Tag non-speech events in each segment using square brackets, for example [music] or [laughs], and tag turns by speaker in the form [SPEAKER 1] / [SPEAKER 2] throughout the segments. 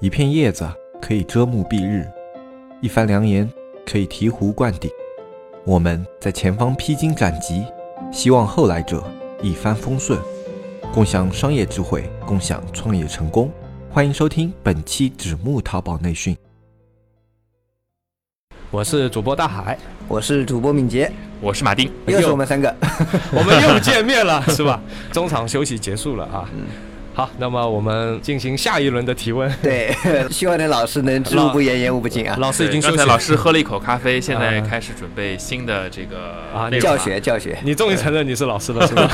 [SPEAKER 1] 一片叶子可以遮目蔽日，一番良言可以醍醐灌顶。我们在前方披荆斩棘，希望后来者一帆风顺，共享商业智慧，共享创业成功。欢迎收听本期纸木淘宝内训。
[SPEAKER 2] 我是主播大海，
[SPEAKER 3] 我是主播敏捷，
[SPEAKER 4] 我是马丁，
[SPEAKER 2] 哎
[SPEAKER 3] 又是我们三
[SPEAKER 2] [laughs]
[SPEAKER 3] 个，
[SPEAKER 2] 我们又见面 [laughs] 了，是吧？中场休息结束了啊。好，那么我们进行下一轮的提问。
[SPEAKER 3] 对，希望那老师能知无不言，言无不尽啊。
[SPEAKER 2] 老师已经
[SPEAKER 4] 刚
[SPEAKER 2] 休
[SPEAKER 4] 才
[SPEAKER 2] 息，
[SPEAKER 4] 老师喝了一口
[SPEAKER 2] [laughs]
[SPEAKER 4] 咖啡，现在
[SPEAKER 2] 啊
[SPEAKER 4] 开始准备新的这个
[SPEAKER 2] 啊
[SPEAKER 4] 内容
[SPEAKER 3] 教
[SPEAKER 4] 了
[SPEAKER 3] 学
[SPEAKER 2] [laughs]
[SPEAKER 3] 教学，
[SPEAKER 2] 你终于承认你是老师了，是吧？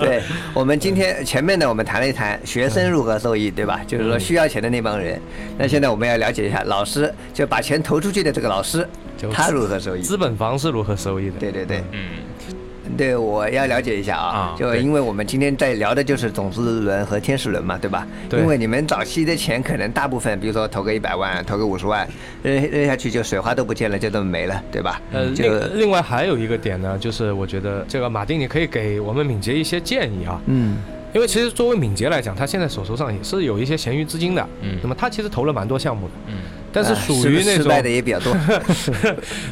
[SPEAKER 3] 对我们今天前面呢，我们谈了一谈学生如何受益，对
[SPEAKER 2] 嗯
[SPEAKER 3] 吧？就是说需要钱的那帮人。那现在我们要了解一下老师，就把钱投出去的这个老师
[SPEAKER 2] 就，
[SPEAKER 3] 他如何受
[SPEAKER 2] [laughs]
[SPEAKER 3] 益？
[SPEAKER 2] 资本方是如何收益的？
[SPEAKER 3] 对对对，
[SPEAKER 4] 嗯，
[SPEAKER 3] 对，我要了解一下啊
[SPEAKER 4] 啊，
[SPEAKER 3] 就
[SPEAKER 4] 对
[SPEAKER 3] 因为我们今天在聊的就是种子轮和天使轮嘛，对吧？
[SPEAKER 2] 对
[SPEAKER 3] 因为你们早期的钱可能大部分，比如说投个一百万，投个五十万，扔扔下去就水花都不见了，就这么没了，对吧？
[SPEAKER 2] 呃，
[SPEAKER 3] 就
[SPEAKER 2] 另另外还有一个点呢，就是我觉得这个马丁，你可以给我们敏捷一些建议啊，
[SPEAKER 3] 嗯，
[SPEAKER 2] 因为其实作为敏捷来讲，他现在手头上也是有一些闲余资金的，
[SPEAKER 4] 嗯
[SPEAKER 2] 那么他其实投了蛮多项目的，
[SPEAKER 4] 嗯，
[SPEAKER 2] 但是
[SPEAKER 3] 啊
[SPEAKER 2] 属于
[SPEAKER 3] 不
[SPEAKER 2] 那
[SPEAKER 3] 失败的
[SPEAKER 2] 种
[SPEAKER 3] 也比较多，
[SPEAKER 2] [laughs]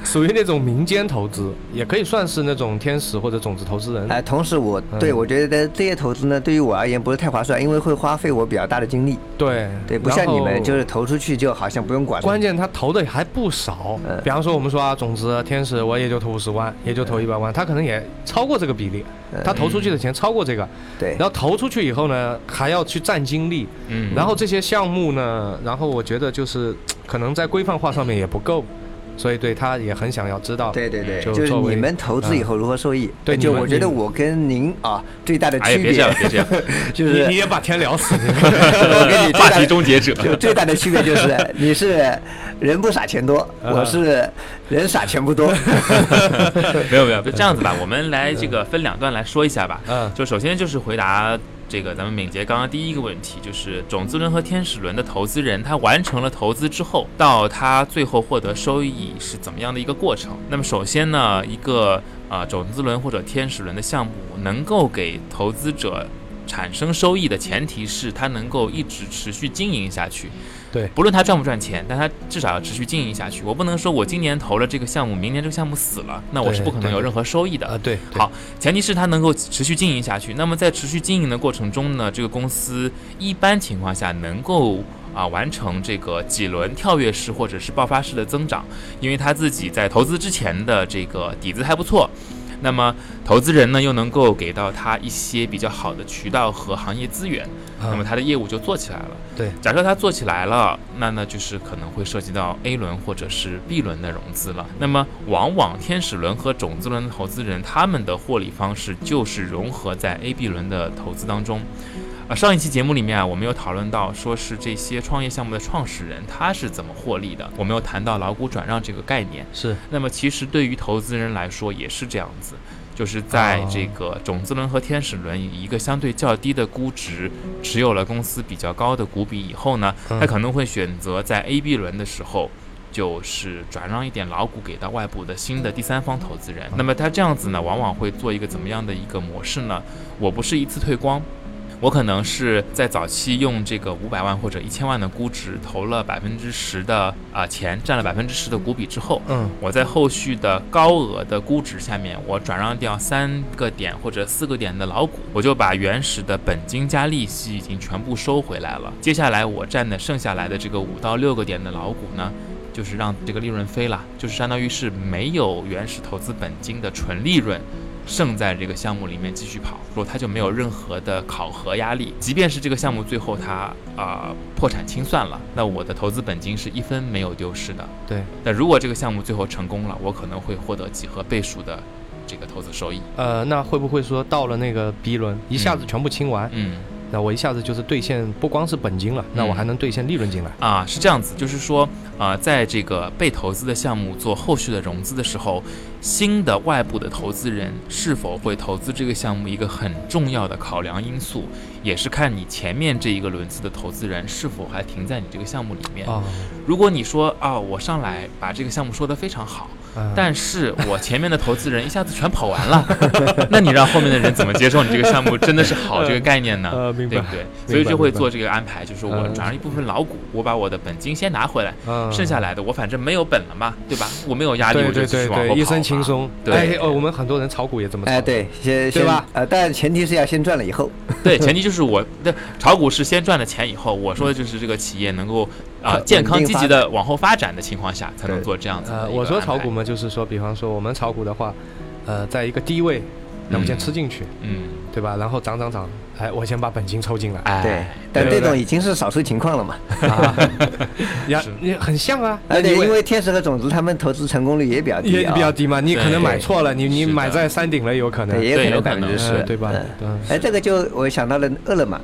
[SPEAKER 2] 属于那种民间投资，也可以算是那种天使或者种子投资人
[SPEAKER 3] 啊，同时我对
[SPEAKER 2] 嗯
[SPEAKER 3] 我觉得这些投资呢，对于我而言不是太划算，因为会花费我比较大的精力。
[SPEAKER 2] 对
[SPEAKER 3] 对，不像你
[SPEAKER 2] 然
[SPEAKER 3] 们
[SPEAKER 2] 后
[SPEAKER 3] 就是投出去就好像不用管。
[SPEAKER 2] 关键他投的还不少
[SPEAKER 3] 嗯，
[SPEAKER 2] 比方说我们说啊，种子天使我也就投五十万，也就投一百万，他可能也超过这个比例，他投出去的钱超过这个，
[SPEAKER 3] 呃嗯对
[SPEAKER 2] 然，后投出去以后呢，还要去占精力，
[SPEAKER 4] 嗯
[SPEAKER 2] 然后这些项目呢，然后我觉得就是可能在规范化上面也不够，所以对他也很想要知道，
[SPEAKER 3] 对对对，
[SPEAKER 2] 就
[SPEAKER 3] 就是
[SPEAKER 2] 作为
[SPEAKER 3] 你们投资以后如何受益？
[SPEAKER 2] 对
[SPEAKER 3] 就
[SPEAKER 2] 你们
[SPEAKER 3] 我觉得
[SPEAKER 2] 你
[SPEAKER 3] 我跟您啊最大的
[SPEAKER 4] 哎呀，
[SPEAKER 3] 区
[SPEAKER 4] 别这样，
[SPEAKER 3] 别
[SPEAKER 4] 别这样，
[SPEAKER 2] [laughs]
[SPEAKER 3] 就
[SPEAKER 2] 你你
[SPEAKER 3] 是。
[SPEAKER 2] 也把天聊死， [laughs]
[SPEAKER 3] 我 [laughs] 跟你最
[SPEAKER 4] 话
[SPEAKER 3] 大
[SPEAKER 4] 题
[SPEAKER 3] 的
[SPEAKER 4] 终结者，
[SPEAKER 3] 就最大的区别就是，
[SPEAKER 2] [laughs]
[SPEAKER 3] 你是人不傻钱多，
[SPEAKER 2] 嗯
[SPEAKER 3] 我是人傻钱不多。
[SPEAKER 2] [laughs]
[SPEAKER 4] 没有没有，就这样子吧，我们来这个分两段来说一下吧。
[SPEAKER 2] 嗯
[SPEAKER 4] 就首先就是回答这个咱们敏捷刚刚第一个问题，就是种子轮和天使轮的投资人，他完成了投资之后，到他最后获得收益是怎么样的一个过程？那么首先呢，一个啊种子轮或者天使轮的项目能够给投资者。产生收益的前提是它能够一直持续经营下去，
[SPEAKER 2] 对
[SPEAKER 4] 不论它赚不赚钱，但它至少要持续经营下去。我不能说我今年投了这个项目，明年这个项目死了，那我是
[SPEAKER 2] 对
[SPEAKER 4] 不可能
[SPEAKER 2] 对
[SPEAKER 4] 有任何收益的。
[SPEAKER 2] 啊对，对
[SPEAKER 4] 好，前提是它能够持续经营下去。那么在持续经营的过程中呢，这个公司一般情况下能够啊完成这个几轮跳跃式或者是爆发式的增长，因为他自己在投资之前的这个底子还不错。那么投资人呢又能够给到他一些比较好的渠道和行业资源，那么
[SPEAKER 2] 嗯
[SPEAKER 4] 他的业务就做起来了。
[SPEAKER 2] 对，
[SPEAKER 4] 假设它做起来了，那那就是可能会涉及到 A 轮或者是 B 轮的融资了。那么，往往天使轮和种子轮的投资人，他们的获利方式就是融合在 A、B 轮的投资当中。啊，上一期节目里面啊，我们有讨论到，说是这些创业项目的创始人他是怎么获利的，我们有谈到劳股转让这个概念。
[SPEAKER 2] 是
[SPEAKER 4] 那么其实对于投资人来说也是这样子，就是在
[SPEAKER 2] 哦
[SPEAKER 4] 这个种子轮和天使轮以一个相对较低的估值持有了公司比较高的股比以后呢，
[SPEAKER 2] 嗯
[SPEAKER 4] 他可能会选择在 A、B 轮的时候。就是转让一点老股给到外部的新的第三方投资人，那么他这样子呢，往往会做一个怎么样的一个模式呢？我不是一次退光，我可能是在早期用这个五百万或者一千万的估值投了百分之十的啊、钱，占了百分之十的股比之后，
[SPEAKER 2] 嗯
[SPEAKER 4] 我在后续的高额的估值下面，我转让掉三个点或者四个点的老股，我就把原始的本金加利息已经全部收回来了。接下来我占的剩下来的这个五到六个点的老股呢，就是让这个利润飞了，就是相当于是没有原始投资本金的纯利润。剩在这个项目里面继续跑，说它就没有任何的考核压力。即便是这个项目最后它啊、破产清算了，那我的投资本金是一分没有丢失的。
[SPEAKER 2] 对。
[SPEAKER 4] 那如果这个项目最后成功了，我可能会获得几何倍数的这个投资收益。
[SPEAKER 2] 呃，那会不会说到了那个 B 轮，一下子全部清完，
[SPEAKER 4] 嗯，
[SPEAKER 2] 那我一下子就是兑现不光是本金了，那我还能兑现利润进来？
[SPEAKER 4] 啊，是这样子，就是说，啊，在这个被投资的项目做后续的融资的时候，新的外部的投资人是否会投资这个项目，一个很重要的考量因素，也是看你前面这一个轮次的投资人是否还停在你这个项目里面。
[SPEAKER 2] 哦，
[SPEAKER 4] 如果你说啊，我上来把这个项目说得非常好，
[SPEAKER 2] 啊
[SPEAKER 4] [laughs] 但是我前面的投资人一下子全跑完了， [laughs] 那你让后面的人怎么接受你这个项目真的是好这个概念呢？
[SPEAKER 2] [laughs] 呃明白
[SPEAKER 4] 啊对不对？所以就会
[SPEAKER 2] 明白
[SPEAKER 4] 做这个安排，就是我
[SPEAKER 2] 嗯
[SPEAKER 4] 转让一部分老股，我把我的本金先拿回来，
[SPEAKER 2] 嗯
[SPEAKER 4] 剩下来的我反正没有本了嘛，对吧？我没有压力，
[SPEAKER 2] 对
[SPEAKER 4] 我就
[SPEAKER 2] 对
[SPEAKER 4] 继
[SPEAKER 2] 对
[SPEAKER 4] 续往后
[SPEAKER 2] 对，一身
[SPEAKER 4] 跑
[SPEAKER 2] 轻
[SPEAKER 4] 嘛。
[SPEAKER 2] 松。
[SPEAKER 4] 对
[SPEAKER 2] 哎哦，我们很多人炒股也这么炒。
[SPEAKER 3] 哎，对，先
[SPEAKER 2] 对吧？
[SPEAKER 3] 先呃，但前提是要先赚了以后，
[SPEAKER 4] [laughs] 对，前提就是我的炒股是先赚了钱以后，我说的就是这个企业能够啊、呃
[SPEAKER 3] 稳
[SPEAKER 4] 健康
[SPEAKER 3] 定
[SPEAKER 4] 积
[SPEAKER 3] 发
[SPEAKER 4] 极的往后发展的情况下，才能
[SPEAKER 3] 对
[SPEAKER 4] 做这样子的一个
[SPEAKER 2] 呃，
[SPEAKER 4] 安排。
[SPEAKER 2] 我说炒股嘛，就是说，比方说我们炒股的话，呃，在一个低位，那我先
[SPEAKER 4] 嗯
[SPEAKER 2] 吃进去，
[SPEAKER 4] 嗯，
[SPEAKER 2] 对吧？然后涨涨涨，哎，我先把本金抽进来，
[SPEAKER 4] 哎，
[SPEAKER 3] 对，但
[SPEAKER 2] 对
[SPEAKER 3] 这
[SPEAKER 2] 对
[SPEAKER 3] 种已经是少数情况了嘛。
[SPEAKER 4] 哎
[SPEAKER 2] 呀，你很像啊，
[SPEAKER 3] 而且
[SPEAKER 2] 那你为
[SPEAKER 3] 因为天使和种子他们投资成功率也比较低
[SPEAKER 2] 也
[SPEAKER 3] 啊，
[SPEAKER 2] 比较低嘛，你可
[SPEAKER 4] 对
[SPEAKER 2] 能买错了，你你
[SPEAKER 4] 是的
[SPEAKER 2] 买在山顶了有可能，
[SPEAKER 3] 对，也
[SPEAKER 4] 对
[SPEAKER 3] 可能
[SPEAKER 4] 有
[SPEAKER 3] 百
[SPEAKER 4] 可
[SPEAKER 3] 分
[SPEAKER 4] 能
[SPEAKER 3] 之十
[SPEAKER 2] 呃，对吧？对，
[SPEAKER 3] 哎，这个就我想到了饿了么，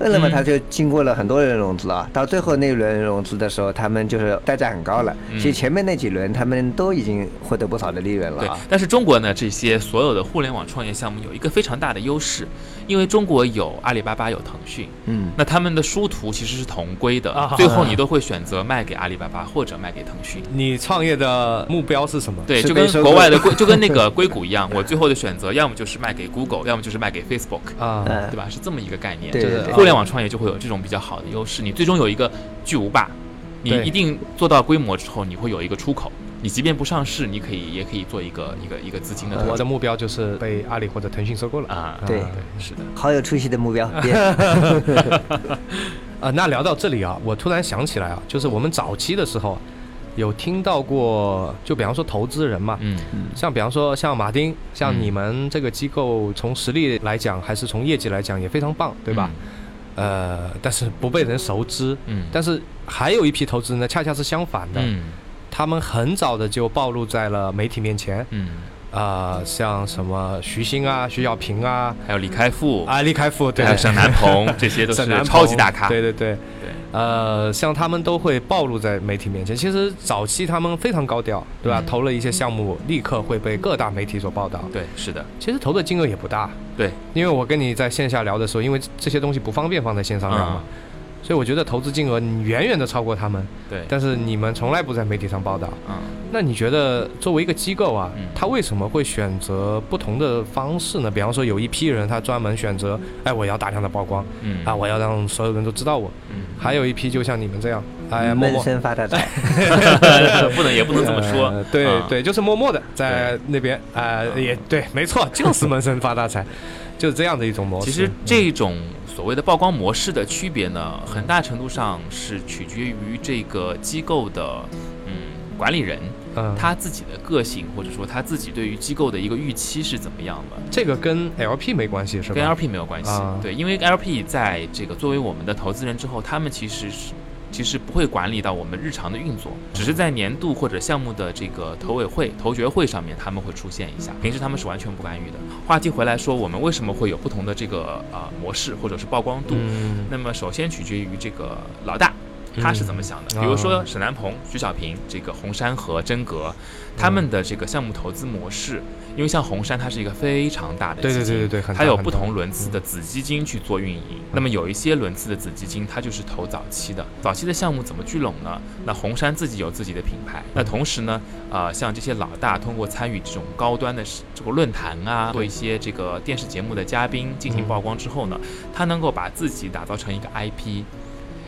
[SPEAKER 3] 饿了么
[SPEAKER 4] 嗯
[SPEAKER 3] 它就经过了很多轮融资了啊，到最后那一轮融资的时候，他们就是代价很高了。
[SPEAKER 4] 嗯
[SPEAKER 3] 其实前面那几轮他们都已经获得不少的利润了
[SPEAKER 4] 对
[SPEAKER 3] 啊。，
[SPEAKER 4] 但是中国呢，这些所有的互联网创业项目有一个非常大的优势，因为中国有阿里巴巴，有腾讯，
[SPEAKER 3] 嗯，
[SPEAKER 4] 那他们的殊途其实是同归的，
[SPEAKER 2] 啊
[SPEAKER 4] 最后你都会选择卖给阿里巴巴或者卖给腾讯。
[SPEAKER 2] 你创业的目标是什么？
[SPEAKER 4] 对，
[SPEAKER 3] 是
[SPEAKER 4] 就
[SPEAKER 3] 被
[SPEAKER 4] 跟
[SPEAKER 3] 收购
[SPEAKER 4] 国外
[SPEAKER 3] [laughs]
[SPEAKER 4] 的硅，就跟那个硅谷一样，我最后的选择要么就是卖给 Google，要么就是卖给 Facebook，
[SPEAKER 2] 啊，
[SPEAKER 3] 嗯
[SPEAKER 4] 对吧？是这么一个概念。
[SPEAKER 3] 对
[SPEAKER 2] 就是
[SPEAKER 3] 对
[SPEAKER 4] 互
[SPEAKER 3] 对，
[SPEAKER 4] 联网创业就会有这种比较好的优势，你最终有一个巨无霸，你
[SPEAKER 2] 对
[SPEAKER 4] 一定做到规模之后，你会有一个出口。你即便不上市，你可以也可以做一个一个一个资金的投
[SPEAKER 2] 我
[SPEAKER 4] 资
[SPEAKER 2] 的目标就是被阿里或者腾讯收购了
[SPEAKER 4] 啊。
[SPEAKER 3] 呃对
[SPEAKER 2] 啊
[SPEAKER 4] 是的，
[SPEAKER 3] 好有出息的目标，别
[SPEAKER 2] 啊，那聊到这里啊，我突然想起来啊，就是我们早期的时候啊，有听到过，就比方说投资人嘛，
[SPEAKER 4] 嗯，
[SPEAKER 2] 像比方说像马丁，像
[SPEAKER 4] 嗯
[SPEAKER 2] 你们这个机构从实力来讲，还是从业绩来讲也非常棒，对吧？呃，但是不被人熟知。
[SPEAKER 4] 嗯嗯？嗯，
[SPEAKER 2] 但是还有一批投资人呢，恰恰是相反的，
[SPEAKER 4] 嗯
[SPEAKER 2] 他们很早的就暴露在了媒体面前
[SPEAKER 4] 嗯，
[SPEAKER 2] 啊、像什么徐新啊、徐小平啊、
[SPEAKER 4] 还有李开复，
[SPEAKER 2] 啊李开复，对
[SPEAKER 4] 还有沈南鹏，
[SPEAKER 2] [laughs]
[SPEAKER 4] 这些都哎是
[SPEAKER 2] 沈南鹏
[SPEAKER 4] 超级大咖。
[SPEAKER 2] 对对对，
[SPEAKER 4] 对
[SPEAKER 2] 呃，像他们都会暴露在媒体面前。其实早期他们非常高调，对
[SPEAKER 4] 嗯
[SPEAKER 2] 吧？投了一些项目，立刻会被各大媒体所报道。
[SPEAKER 4] 对，是的，
[SPEAKER 2] 其实投的金额也不大，
[SPEAKER 4] 对，
[SPEAKER 2] 因为我跟你在线下聊的时候，因为这些东西不方便放在线上聊嘛
[SPEAKER 4] 啊，，
[SPEAKER 2] 所以我觉得投资金额你远远的超过他们，
[SPEAKER 4] 对，
[SPEAKER 2] 但是你们从来不在媒体上报道。
[SPEAKER 4] 嗯
[SPEAKER 2] 那你觉得作为一个机构啊
[SPEAKER 4] 嗯，
[SPEAKER 2] 他为什么会选择不同的方式呢？比方说有一批人他专门选择，哎，我要大量的曝光
[SPEAKER 4] 嗯
[SPEAKER 2] 啊，，我要让所有人都知道我。
[SPEAKER 4] 嗯
[SPEAKER 2] 还有一批就像你们这样，哎，默
[SPEAKER 3] 闷
[SPEAKER 2] 默
[SPEAKER 3] 声发大财。
[SPEAKER 4] [laughs] 不能也不能这么说
[SPEAKER 2] 呃，对、
[SPEAKER 4] 啊，嗯
[SPEAKER 2] 对，就是默默的在那边，呃，也对，没
[SPEAKER 4] [laughs]
[SPEAKER 2] 错，就是闷声发大财，就是嗯这样的一种模式。
[SPEAKER 4] 其实这种所谓的曝光模式的区别呢，很大程度上是取决于这个机构的嗯管理人
[SPEAKER 2] 嗯，
[SPEAKER 4] 他自己的个性，或者说他自己对于机构的一个预期是怎么样的。
[SPEAKER 2] 这个跟 LP 没关系是吧？
[SPEAKER 4] 跟 LP 没有关系。
[SPEAKER 2] 啊
[SPEAKER 4] 对，因为 LP 在这个作为我们的投资人之后，他们其实是。其实不会管理到我们日常的运作，只是在年度或者项目的这个投委会、投决会上面他们会出现一
[SPEAKER 2] 嗯
[SPEAKER 4] 下，平时他们是完全不干预的。话题回来说，我们为什么会有不同的这个呃模式或者是曝光度？
[SPEAKER 2] 嗯
[SPEAKER 4] 那么首先取决于这个老大。他是怎么想
[SPEAKER 2] 嗯
[SPEAKER 4] 的？比如
[SPEAKER 2] 啊嗯
[SPEAKER 4] 说沈南鹏、徐小平、这个红杉和真格，他们的这个项目投资模式，因为像红杉它是一个非常大的
[SPEAKER 2] 对
[SPEAKER 4] 基
[SPEAKER 2] 对
[SPEAKER 4] 金，
[SPEAKER 2] 对对对很大
[SPEAKER 4] 它有
[SPEAKER 2] 很
[SPEAKER 4] 不
[SPEAKER 2] 大
[SPEAKER 4] 同轮次的子基金去做运营。那么有一些轮次的子基金，它就是投早期的，早期的项目怎么聚拢呢？那红杉自己有自己的品牌，那同时呢，呃，像这些老大通过参与这种高端的这个论坛啊，做一些这个电视节目的嘉宾进行
[SPEAKER 2] 嗯
[SPEAKER 4] 曝光之后呢，他能够把自己打造成一个 IP。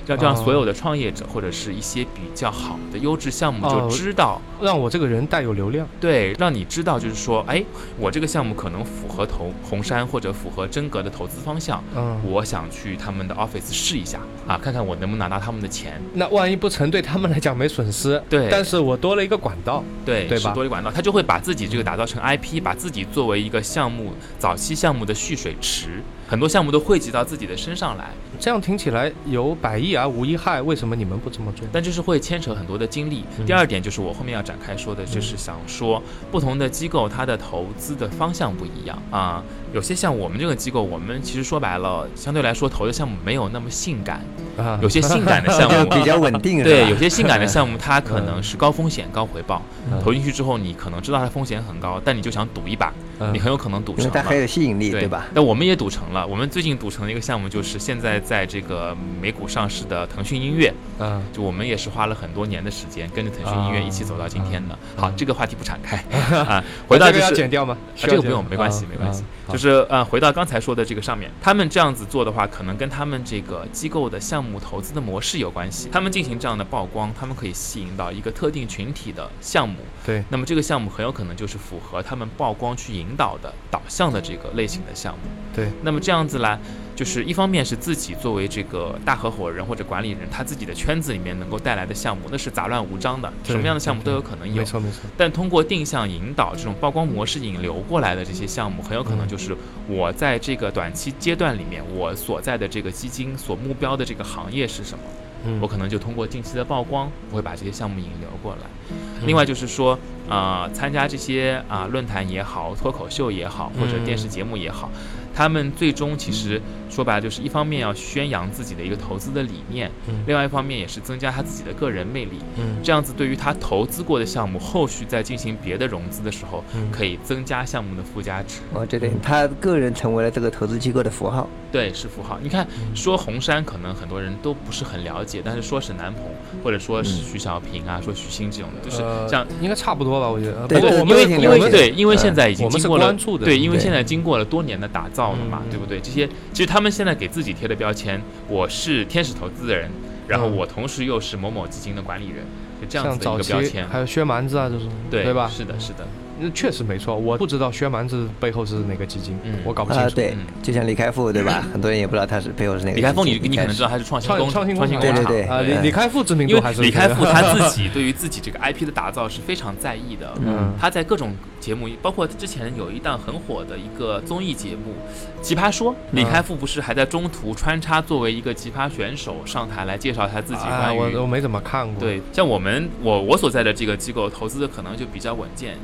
[SPEAKER 4] 让
[SPEAKER 2] 哦
[SPEAKER 4] 让所有的创业者或者是一些比较好的优质项目
[SPEAKER 2] 哦
[SPEAKER 4] 就知道，
[SPEAKER 2] 让我这个人带有流量？
[SPEAKER 4] 对，让你知道就是说，哎，我这个项目可能符合投红杉或者符合真格的投资方向，
[SPEAKER 2] 嗯，
[SPEAKER 4] 我想去他们的 office 试一下啊，看看我能不能拿到他们的钱。
[SPEAKER 2] 那万一不成，对他们来讲没损失，
[SPEAKER 4] 对
[SPEAKER 2] 但是我多了一个管道。
[SPEAKER 4] 对，
[SPEAKER 2] 对吧
[SPEAKER 4] 是多利管道，他就会把自己这个打造成 IP，把自己作为一个项目早期项目的蓄水池，很多项目都汇集到自己的身上来，
[SPEAKER 2] 这样听起来有百益而无一害，为什么你们不这么做？
[SPEAKER 4] 但就是会牵扯很多的精力
[SPEAKER 2] 嗯。
[SPEAKER 4] 第二点就是我后面要展开说的，就是想说不同的机构它的投资的方向不一样啊。有些像我们这个机构，我们其实说白了，相对来说投的项目没有那么性感，
[SPEAKER 2] 啊
[SPEAKER 4] 有些
[SPEAKER 2] [laughs]
[SPEAKER 4] 性感的
[SPEAKER 3] [laughs]
[SPEAKER 4] 项目
[SPEAKER 3] 比较稳定是
[SPEAKER 4] 对，有
[SPEAKER 3] 吧？
[SPEAKER 4] 些性感的项目，它可能是高风险高回报
[SPEAKER 2] 嗯，
[SPEAKER 4] 投进去之后，你可能知道它风险很高，但你就想赌一把，
[SPEAKER 2] 嗯
[SPEAKER 4] 你很有可能赌
[SPEAKER 3] 因
[SPEAKER 4] 成
[SPEAKER 3] 为它
[SPEAKER 4] 了
[SPEAKER 3] 很。有吸引力，
[SPEAKER 4] 对
[SPEAKER 3] 对吧？？
[SPEAKER 4] 那我们也赌成了。我们最近赌成的一个项目就是现在在这个美股上市的腾讯音乐，
[SPEAKER 2] 嗯，
[SPEAKER 4] 就我们也是花了很多年的时间跟着腾讯音乐一起走到今天的。好，这个话题不展
[SPEAKER 2] [laughs]
[SPEAKER 4] 开啊，回到
[SPEAKER 2] 啊这
[SPEAKER 4] 就
[SPEAKER 2] 个要
[SPEAKER 4] 是
[SPEAKER 2] 剪掉吗？
[SPEAKER 4] 啊，
[SPEAKER 2] 需要
[SPEAKER 4] 这个不
[SPEAKER 2] 剪
[SPEAKER 4] 用，
[SPEAKER 2] 吗
[SPEAKER 4] 没关系，
[SPEAKER 2] 啊
[SPEAKER 4] 没关系
[SPEAKER 2] 啊。好
[SPEAKER 4] 就是呃，回到刚才说的这个上面，他们这样子做的话，可能跟他们这个机构的项目投资的模式有关系。他们进行这样的曝光，他们可以吸引到一个特定群体的项目。
[SPEAKER 2] 对，
[SPEAKER 4] 那么这个项目很有可能就是符合他们曝光去引导的导向的这个类型的项目。
[SPEAKER 2] 对，
[SPEAKER 4] 那么这样子啦，就是一方面是自己作为这个大合伙人或者管理人，他自己的圈子里面能够带来的项目，那是杂乱无章的，
[SPEAKER 2] 对
[SPEAKER 4] 什么样的项目都有可能有
[SPEAKER 2] 没。错没错，
[SPEAKER 4] 但通过定向引导这种曝光模式引流过来的这些项目，很有可能
[SPEAKER 2] 嗯
[SPEAKER 4] 就是我在这个短期阶段里面，我所在的这个基金所目标的这个行业是什么，
[SPEAKER 2] 嗯
[SPEAKER 4] 我可能就通过近期的曝光，我会把这些项目引流过来。
[SPEAKER 2] 嗯
[SPEAKER 4] 另外就是说，呃，参加这些啊、论坛也好，脱口秀也好，或者
[SPEAKER 2] 嗯
[SPEAKER 4] 电视节目也好，他们最终其实说白了就是一方面要宣扬自己的一个投资的理念，
[SPEAKER 2] 嗯
[SPEAKER 4] 另外一方面也是增加他自己的个人魅力。
[SPEAKER 2] 嗯
[SPEAKER 4] 这样子对于他投资过的项目，后续在进行别的融资的时候，
[SPEAKER 2] 嗯
[SPEAKER 4] 可以增加项目的附加值。
[SPEAKER 3] 我觉得他个人成为了这个投资机构的符号，
[SPEAKER 4] 对，是符号。你看，
[SPEAKER 2] 嗯
[SPEAKER 4] 说红杉可能很多人都不是很了解，但是说沈南鹏，或者说是徐小平啊，说徐新这种的，就是
[SPEAKER 2] 嗯呃
[SPEAKER 4] 像。
[SPEAKER 2] 应该差不多吧，我觉得。
[SPEAKER 3] 对
[SPEAKER 2] 不过
[SPEAKER 3] 对
[SPEAKER 2] 我
[SPEAKER 4] 因
[SPEAKER 2] 们
[SPEAKER 4] 为
[SPEAKER 3] 挺
[SPEAKER 4] 因
[SPEAKER 3] 了
[SPEAKER 4] 为
[SPEAKER 3] 解的
[SPEAKER 4] 对，因为
[SPEAKER 3] 嗯
[SPEAKER 4] 现在已
[SPEAKER 2] 我
[SPEAKER 4] 经
[SPEAKER 2] 们
[SPEAKER 4] 经
[SPEAKER 2] 是
[SPEAKER 4] 过了
[SPEAKER 2] 关注的，
[SPEAKER 4] 对，因为
[SPEAKER 3] 对
[SPEAKER 4] 现在经过了多年的打造了嘛，
[SPEAKER 2] 嗯
[SPEAKER 4] 对不对？这些其实他们现在给自己贴的标签，我是天使投资人，然后
[SPEAKER 2] 嗯
[SPEAKER 4] 我同时又是某某基金的管理人，就这样
[SPEAKER 2] 像
[SPEAKER 4] 子的一
[SPEAKER 2] 早
[SPEAKER 4] 个
[SPEAKER 2] 期
[SPEAKER 4] 标签。
[SPEAKER 2] 还有薛蛮子啊这种，
[SPEAKER 4] 对，
[SPEAKER 2] 对吧？
[SPEAKER 4] 是的，是的，
[SPEAKER 2] 那确实没错，我不知道薛蛮子背后是哪个基金
[SPEAKER 4] 嗯，
[SPEAKER 2] 我搞不清
[SPEAKER 3] 啊，
[SPEAKER 2] 楚。
[SPEAKER 3] 对
[SPEAKER 4] 嗯，
[SPEAKER 3] 就像李开复，对
[SPEAKER 4] [laughs]
[SPEAKER 3] 吧？很多人也不知道他是背后是哪个基金。
[SPEAKER 4] 李开复，你你可
[SPEAKER 3] 开
[SPEAKER 4] 能
[SPEAKER 3] 始
[SPEAKER 4] 知道他是创新
[SPEAKER 2] 创
[SPEAKER 4] 工
[SPEAKER 2] 创新
[SPEAKER 4] 创新
[SPEAKER 2] 工
[SPEAKER 4] 工
[SPEAKER 3] 厂
[SPEAKER 4] 厂，
[SPEAKER 3] 对对对
[SPEAKER 2] 啊，李
[SPEAKER 3] 对
[SPEAKER 2] 李开复知名度
[SPEAKER 4] 因为
[SPEAKER 2] 还是啊
[SPEAKER 4] 李开
[SPEAKER 2] 复，
[SPEAKER 4] 复
[SPEAKER 2] [laughs]
[SPEAKER 4] 他自己对于自己这个 IP 的打造是非常在意的，
[SPEAKER 2] 嗯
[SPEAKER 4] 他在各种节目，包括之前有一档很火的一个综艺节目《奇葩说》，李开复不是还在中途穿插作为一个奇葩选手上台来介绍他自己
[SPEAKER 2] 啊，
[SPEAKER 4] 关
[SPEAKER 2] 我
[SPEAKER 4] 于
[SPEAKER 2] 我没怎么看过。
[SPEAKER 4] 对，像我们我我所在的这个机构投资的可能就比较稳健，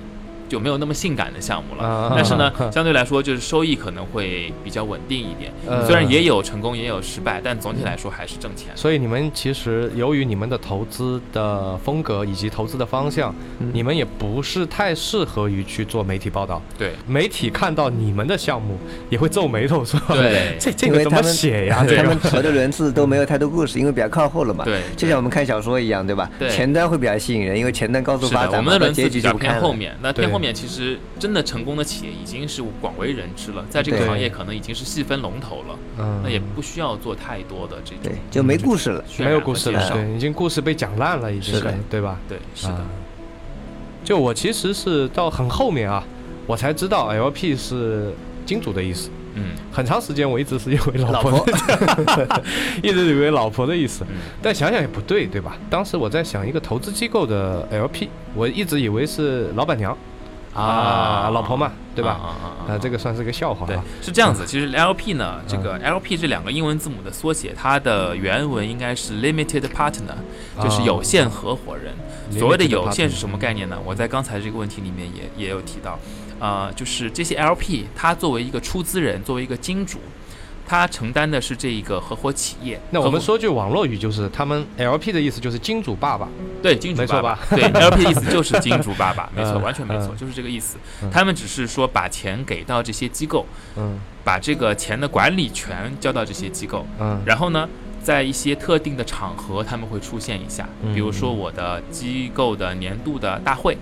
[SPEAKER 4] 就没有那么性感的项目了。
[SPEAKER 2] 啊，[laughs]
[SPEAKER 4] 但是呢，
[SPEAKER 2] 啊
[SPEAKER 4] 相对来说就是收益可能会比较稳定一点，
[SPEAKER 2] 呃
[SPEAKER 4] 虽然也有成功也有失败，但总体来说还是挣钱的。
[SPEAKER 2] 所以你们其实由于你们的投资的风格以及投资的方向，
[SPEAKER 4] 嗯
[SPEAKER 2] 你们也不是太适合于去做媒体报道。
[SPEAKER 4] 对
[SPEAKER 2] 媒体看到你们的项目也会皱眉头，说：“
[SPEAKER 4] 对
[SPEAKER 2] [laughs] 这这
[SPEAKER 3] 因
[SPEAKER 2] 个
[SPEAKER 3] 为
[SPEAKER 2] 怎
[SPEAKER 3] 他
[SPEAKER 2] 么
[SPEAKER 3] 们
[SPEAKER 2] 写呀？”这
[SPEAKER 4] 对
[SPEAKER 3] 他
[SPEAKER 2] 个
[SPEAKER 3] 们投的轮次都没有太多故事，因为比较靠后了嘛。
[SPEAKER 4] 对
[SPEAKER 3] 就像我们看小说一样，对吧？
[SPEAKER 4] 对
[SPEAKER 3] 前端会比较吸引人，因为前端高速
[SPEAKER 4] 是
[SPEAKER 3] 发
[SPEAKER 4] 的，
[SPEAKER 3] 展嘛，
[SPEAKER 4] 我们的
[SPEAKER 3] 到
[SPEAKER 4] 轮次
[SPEAKER 3] 结局
[SPEAKER 4] 比
[SPEAKER 3] 就
[SPEAKER 4] 较
[SPEAKER 3] 不
[SPEAKER 4] 偏
[SPEAKER 3] 看
[SPEAKER 4] 后
[SPEAKER 3] 了。
[SPEAKER 4] 面，那偏
[SPEAKER 2] 对
[SPEAKER 4] 后面其实真的成功的企业已经是广为人知了，在这个
[SPEAKER 3] 对
[SPEAKER 4] 行业可能已经是细分龙头了，
[SPEAKER 2] 嗯，
[SPEAKER 4] 那也不需要做太多的这
[SPEAKER 3] 对
[SPEAKER 4] 种，
[SPEAKER 3] 就没故事了。
[SPEAKER 4] 渲
[SPEAKER 2] 没有
[SPEAKER 4] 染
[SPEAKER 2] 故
[SPEAKER 4] 和
[SPEAKER 2] 事
[SPEAKER 4] 介
[SPEAKER 2] 了，
[SPEAKER 4] 绍。
[SPEAKER 2] 对，已经故事被讲烂了，已经
[SPEAKER 3] 是
[SPEAKER 2] 是
[SPEAKER 3] 的，
[SPEAKER 2] 对吧？
[SPEAKER 4] 对，是的
[SPEAKER 2] 啊，就我其实是到很后面啊，我才知道 LP 是金主的意思。
[SPEAKER 4] 嗯
[SPEAKER 2] 很长时间我一直是以为老
[SPEAKER 3] 老
[SPEAKER 2] 婆的， [laughs] 一直以为老婆的意思，
[SPEAKER 4] 嗯
[SPEAKER 2] 但想想也不对，对吧？当时我在想一个投资机构的 LP，我一直以为是老板娘啊老婆嘛，对
[SPEAKER 4] 啊
[SPEAKER 2] 吧？
[SPEAKER 4] 啊啊啊
[SPEAKER 2] 啊，这个嗯算是个笑话
[SPEAKER 4] 对
[SPEAKER 2] 啊。，
[SPEAKER 4] 是这样子。其实 LP 呢，这个 LP 这两个英文字母的缩写，它的原文应该是 Limited Partner，就是
[SPEAKER 2] 啊
[SPEAKER 4] 有限合伙人。所谓的
[SPEAKER 2] Limited
[SPEAKER 4] 有限
[SPEAKER 2] partner
[SPEAKER 4] 是什么概念呢？我在刚才这个问题里面也也有提到，呃，就是这些 LP，它作为一个出资人，作为一个金主，它承担的是这一个合伙企业。
[SPEAKER 2] 那我
[SPEAKER 4] 合
[SPEAKER 2] 们
[SPEAKER 4] 伙
[SPEAKER 2] 说句网络语，就是他们 LP 的意思就是金主爸爸，
[SPEAKER 4] 对金主
[SPEAKER 2] 没错
[SPEAKER 4] 爸爸，
[SPEAKER 2] [laughs]
[SPEAKER 4] 对 LP 的意思就是金主爸爸，没错，
[SPEAKER 2] 嗯
[SPEAKER 4] 完全没错，
[SPEAKER 2] 嗯
[SPEAKER 4] 就是这个意思
[SPEAKER 2] 嗯。
[SPEAKER 4] 他们只是说把钱给到这些机构，
[SPEAKER 2] 嗯
[SPEAKER 4] 把这个钱的管理权交到这些机构。
[SPEAKER 2] 嗯
[SPEAKER 4] 然后呢，在一些特定的场合，他们会出现一下，
[SPEAKER 2] 嗯
[SPEAKER 4] 比如说我的机构的年度的大会，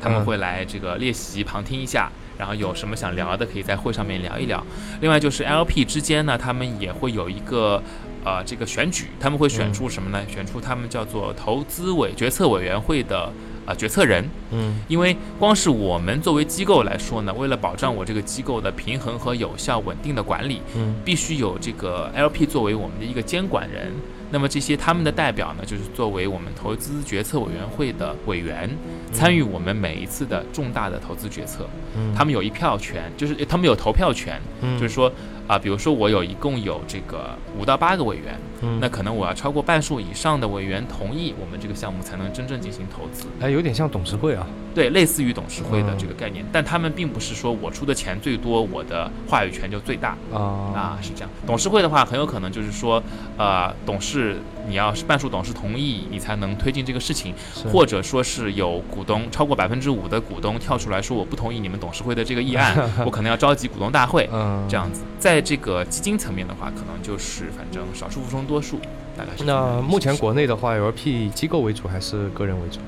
[SPEAKER 4] 他们
[SPEAKER 2] 嗯
[SPEAKER 4] 会来这个列席旁听一下。然后有什么想聊的，可以在会上面聊一聊。另外就是 LP 之间呢，他们也会有一个呃这个选举，他们会选
[SPEAKER 2] 嗯
[SPEAKER 4] 出什么呢？选出他们叫做投资委决策委员会的呃决策人。
[SPEAKER 2] 嗯
[SPEAKER 4] 因为光是我们作为机构来说呢，为了保障我这个机构的平衡和有效稳定的管理，
[SPEAKER 2] 嗯
[SPEAKER 4] 必须有这个 LP 作为我们的一个监管人。那么这些他们的代表呢，就是作为我们投资决策委员会的委员，参与我们每一次的重大的投资决策。
[SPEAKER 2] 嗯
[SPEAKER 4] 他们有一票权，就是呃他们有投票权，
[SPEAKER 2] 嗯
[SPEAKER 4] 就是说，啊，比如说我有一共有这个五到八个委员，
[SPEAKER 2] 嗯
[SPEAKER 4] 那可能我要超过半数以上的委员同意我们这个项目才能真正进行投资。
[SPEAKER 2] 哎，有点像董事会啊。
[SPEAKER 4] 对，类似于董事会的
[SPEAKER 2] 嗯
[SPEAKER 4] 这个概念，但他们并不是说我出的钱最多，我的话语权就最大。啊
[SPEAKER 2] 啊，
[SPEAKER 4] 是这样。董事会的话，很有可能就是说，呃，董事你要是半数董事同意，你才能推进这个事情，
[SPEAKER 2] 是
[SPEAKER 4] 或者说是有股东超过百分之五的股东跳出来说我不同意你们董事会的这个
[SPEAKER 2] [laughs]
[SPEAKER 4] 议案，我可能要召集股东大会，
[SPEAKER 2] 嗯
[SPEAKER 4] 这。样子。在这个基金层面的话，可能就是反正少数服从多数，大概是这么样的
[SPEAKER 2] 那
[SPEAKER 4] 一个
[SPEAKER 2] 目前
[SPEAKER 4] 形式
[SPEAKER 2] 国内的话，LP 以机构为主还是个人为主？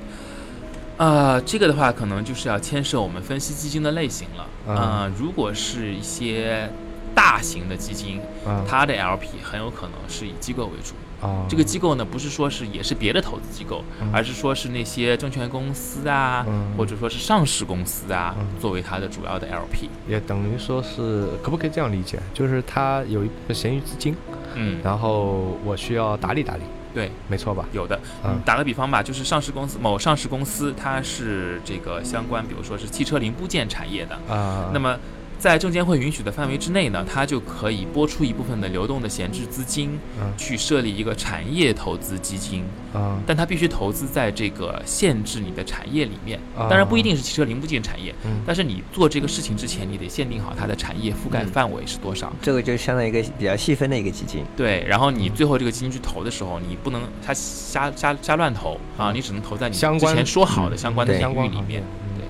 [SPEAKER 4] 呃，这个的话，可能就是要牵涉我们分析基金的类型了。
[SPEAKER 2] 嗯
[SPEAKER 4] 呃，如果是一些大型的基金，
[SPEAKER 2] 啊
[SPEAKER 4] 它的 LP 很有可能是以机构为主。
[SPEAKER 2] 啊，
[SPEAKER 4] 这个机构呢，不是说是也是别的投资机构，
[SPEAKER 2] 嗯
[SPEAKER 4] 而是说是那些证券公司啊，
[SPEAKER 2] 嗯
[SPEAKER 4] 或者说是上市公司啊，
[SPEAKER 2] 嗯
[SPEAKER 4] 作为它的主要的 LP。
[SPEAKER 2] 也等于说是可不可以这样理解？就是它有一部分闲余资金，
[SPEAKER 4] 嗯，
[SPEAKER 2] 然后我需要打理打理，
[SPEAKER 4] 对，
[SPEAKER 2] 没错吧？
[SPEAKER 4] 有的。
[SPEAKER 2] 嗯
[SPEAKER 4] 打个比方吧，就是上市公司某上市公司，它是这个相关，比如说是汽车零部件产业的，
[SPEAKER 2] 啊，
[SPEAKER 4] 那么在证监会允许的范围之内呢，它就可以拨出一部分的流动的闲置资金，
[SPEAKER 2] 嗯
[SPEAKER 4] 去设立一个产业投资基金，
[SPEAKER 2] 啊
[SPEAKER 4] 但它必须投资在这个限制你的产业里面。
[SPEAKER 2] 啊
[SPEAKER 4] 当然不一定是汽车零部件产业，
[SPEAKER 2] 嗯
[SPEAKER 4] 但是你做这个事情之前，你得限定好它的产业覆盖范围是多少。
[SPEAKER 2] 嗯
[SPEAKER 3] 这个就相当于一个比较细分的一个基金。
[SPEAKER 4] 对，然后你最后这个基金去投的时候，你不能瞎瞎瞎瞎乱投啊，你只能投在你
[SPEAKER 2] 嗯相
[SPEAKER 4] 之
[SPEAKER 2] 关嗯
[SPEAKER 4] 前说好的相关的
[SPEAKER 3] 对
[SPEAKER 4] 领
[SPEAKER 2] 相
[SPEAKER 4] 域
[SPEAKER 2] 关
[SPEAKER 4] 里
[SPEAKER 2] 行业
[SPEAKER 4] 面。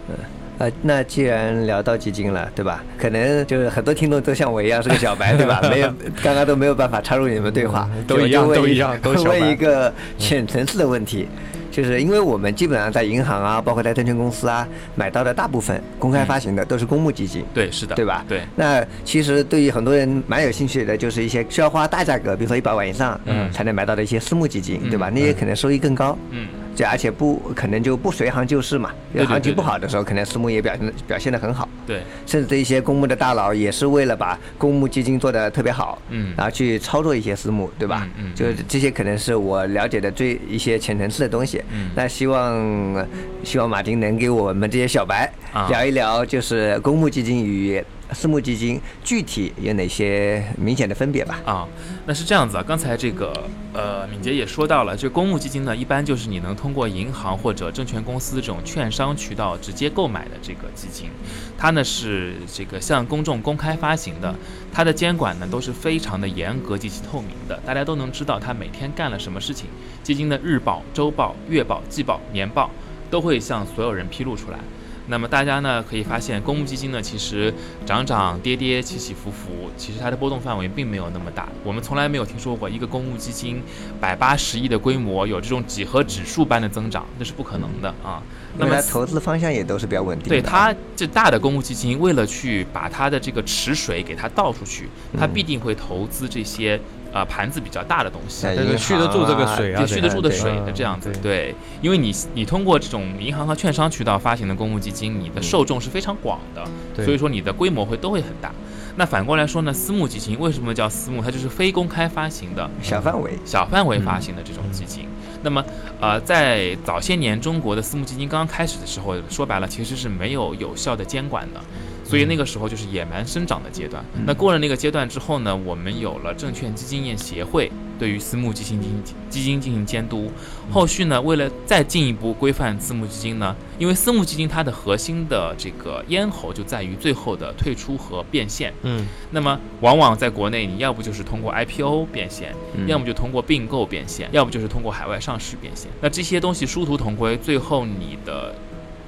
[SPEAKER 4] 对。
[SPEAKER 3] 啊，那既然聊到基金了，对吧？可能就是很多听众都像我一样是个小白，对
[SPEAKER 2] [laughs]
[SPEAKER 3] 吧？没有，刚刚都没有办法插入你们对话
[SPEAKER 2] 嗯，
[SPEAKER 3] 就
[SPEAKER 2] [laughs] 都一样
[SPEAKER 3] 我就问
[SPEAKER 2] 都一样都小白
[SPEAKER 3] 问一个浅层次的问题，就是因为我们基本上在银行啊，包括在证券公司啊买到的大部分公开发行的都是公募基金，
[SPEAKER 4] 对，
[SPEAKER 2] 嗯
[SPEAKER 4] 是的，
[SPEAKER 3] 对吧
[SPEAKER 4] 对，
[SPEAKER 3] 那其实对于很多人蛮有兴趣的，就是一些需要花大价格，比如说一百万以上，
[SPEAKER 4] 嗯
[SPEAKER 3] 才能买到的一些私募基金，
[SPEAKER 4] 嗯
[SPEAKER 3] 对吧？那些可能收益更高，
[SPEAKER 4] 嗯，
[SPEAKER 3] 就而且不可能就不随行就市嘛。
[SPEAKER 4] 对对对
[SPEAKER 3] 行情不好的时候，可能私募也表现得表现的很好，
[SPEAKER 4] 对，
[SPEAKER 3] 甚至这一些公募的大佬也是为了把公募基金做得特别好，
[SPEAKER 4] 嗯
[SPEAKER 3] 然后去操作一些私募，对吧？
[SPEAKER 4] 嗯嗯嗯
[SPEAKER 3] 就是这些可能是我了解的最一些浅层次的东西。
[SPEAKER 4] 嗯
[SPEAKER 3] 那希望希望马丁能给我们这些小白
[SPEAKER 4] 啊
[SPEAKER 3] 聊一聊，就是公募基金与私募基金具体有哪些明显的分别吧？
[SPEAKER 4] 啊，那是这样子啊。刚才这个呃，敏捷也说到了，这公募基金呢，一般就是你能通过银行或者证券公司这种券商渠道直接购买的这个基金，它呢是这个向公众公开发行的，它的监管呢都是非常的严格及其透明的，大家都能知道它每天干了什么事情。基金的日报、周报、月报、季报、年报都会向所有人披露出来。那么大家呢可以发现，公募基金呢其实涨涨跌跌、起起伏伏，其实它的波动范围并没有那么大。我们从来没有听说过一个公募基金百八十亿的规模有这种几何指数般的增长，那是不可能的啊。
[SPEAKER 3] 那
[SPEAKER 4] 那么
[SPEAKER 3] 么投资方向也都是比较稳定的。
[SPEAKER 4] 对它这大的公募基金，为了去把它的这个池水给它倒出去，它必定会投资这些呃盘子比较大的东西。
[SPEAKER 3] 哎
[SPEAKER 2] 这
[SPEAKER 3] 银
[SPEAKER 2] 个
[SPEAKER 3] 行
[SPEAKER 2] 蓄得住这个
[SPEAKER 3] 啊
[SPEAKER 2] 水啊，
[SPEAKER 4] 就
[SPEAKER 3] 对
[SPEAKER 4] 蓄得住的
[SPEAKER 3] 对
[SPEAKER 4] 水
[SPEAKER 2] 嗯
[SPEAKER 4] 的这样子，
[SPEAKER 2] 对
[SPEAKER 4] 对，因为你你通过这种银行和券商渠道发行的公募基金，你的受众是非常广的，
[SPEAKER 2] 对
[SPEAKER 4] 所以说你的规模会都会很大。那反过来说呢，私募基金为什么叫私募？它就是非公开发行的，
[SPEAKER 3] 小范围。
[SPEAKER 4] 小范围发行的这种基金。那么，呃，在早些年中国的私募基金刚刚开始的时候，说白了其实是没有有效的监管的。所以那个时候就是野蛮生长的阶段。那过了那个阶段之后呢，我们有了证券基金业协会对于私募基金进行基金进行监督。后续呢，为了再进一步规范私募基金呢，因为私募基金它的核心的这个咽喉就在于最后的退出和变现。
[SPEAKER 2] 嗯
[SPEAKER 4] 那么往往在国内，你要不就是通过 IPO 变现，
[SPEAKER 3] 嗯
[SPEAKER 4] 要么就通过并购变现，要么就是通过海外上市变现。那这些东西殊途同归，最后你的。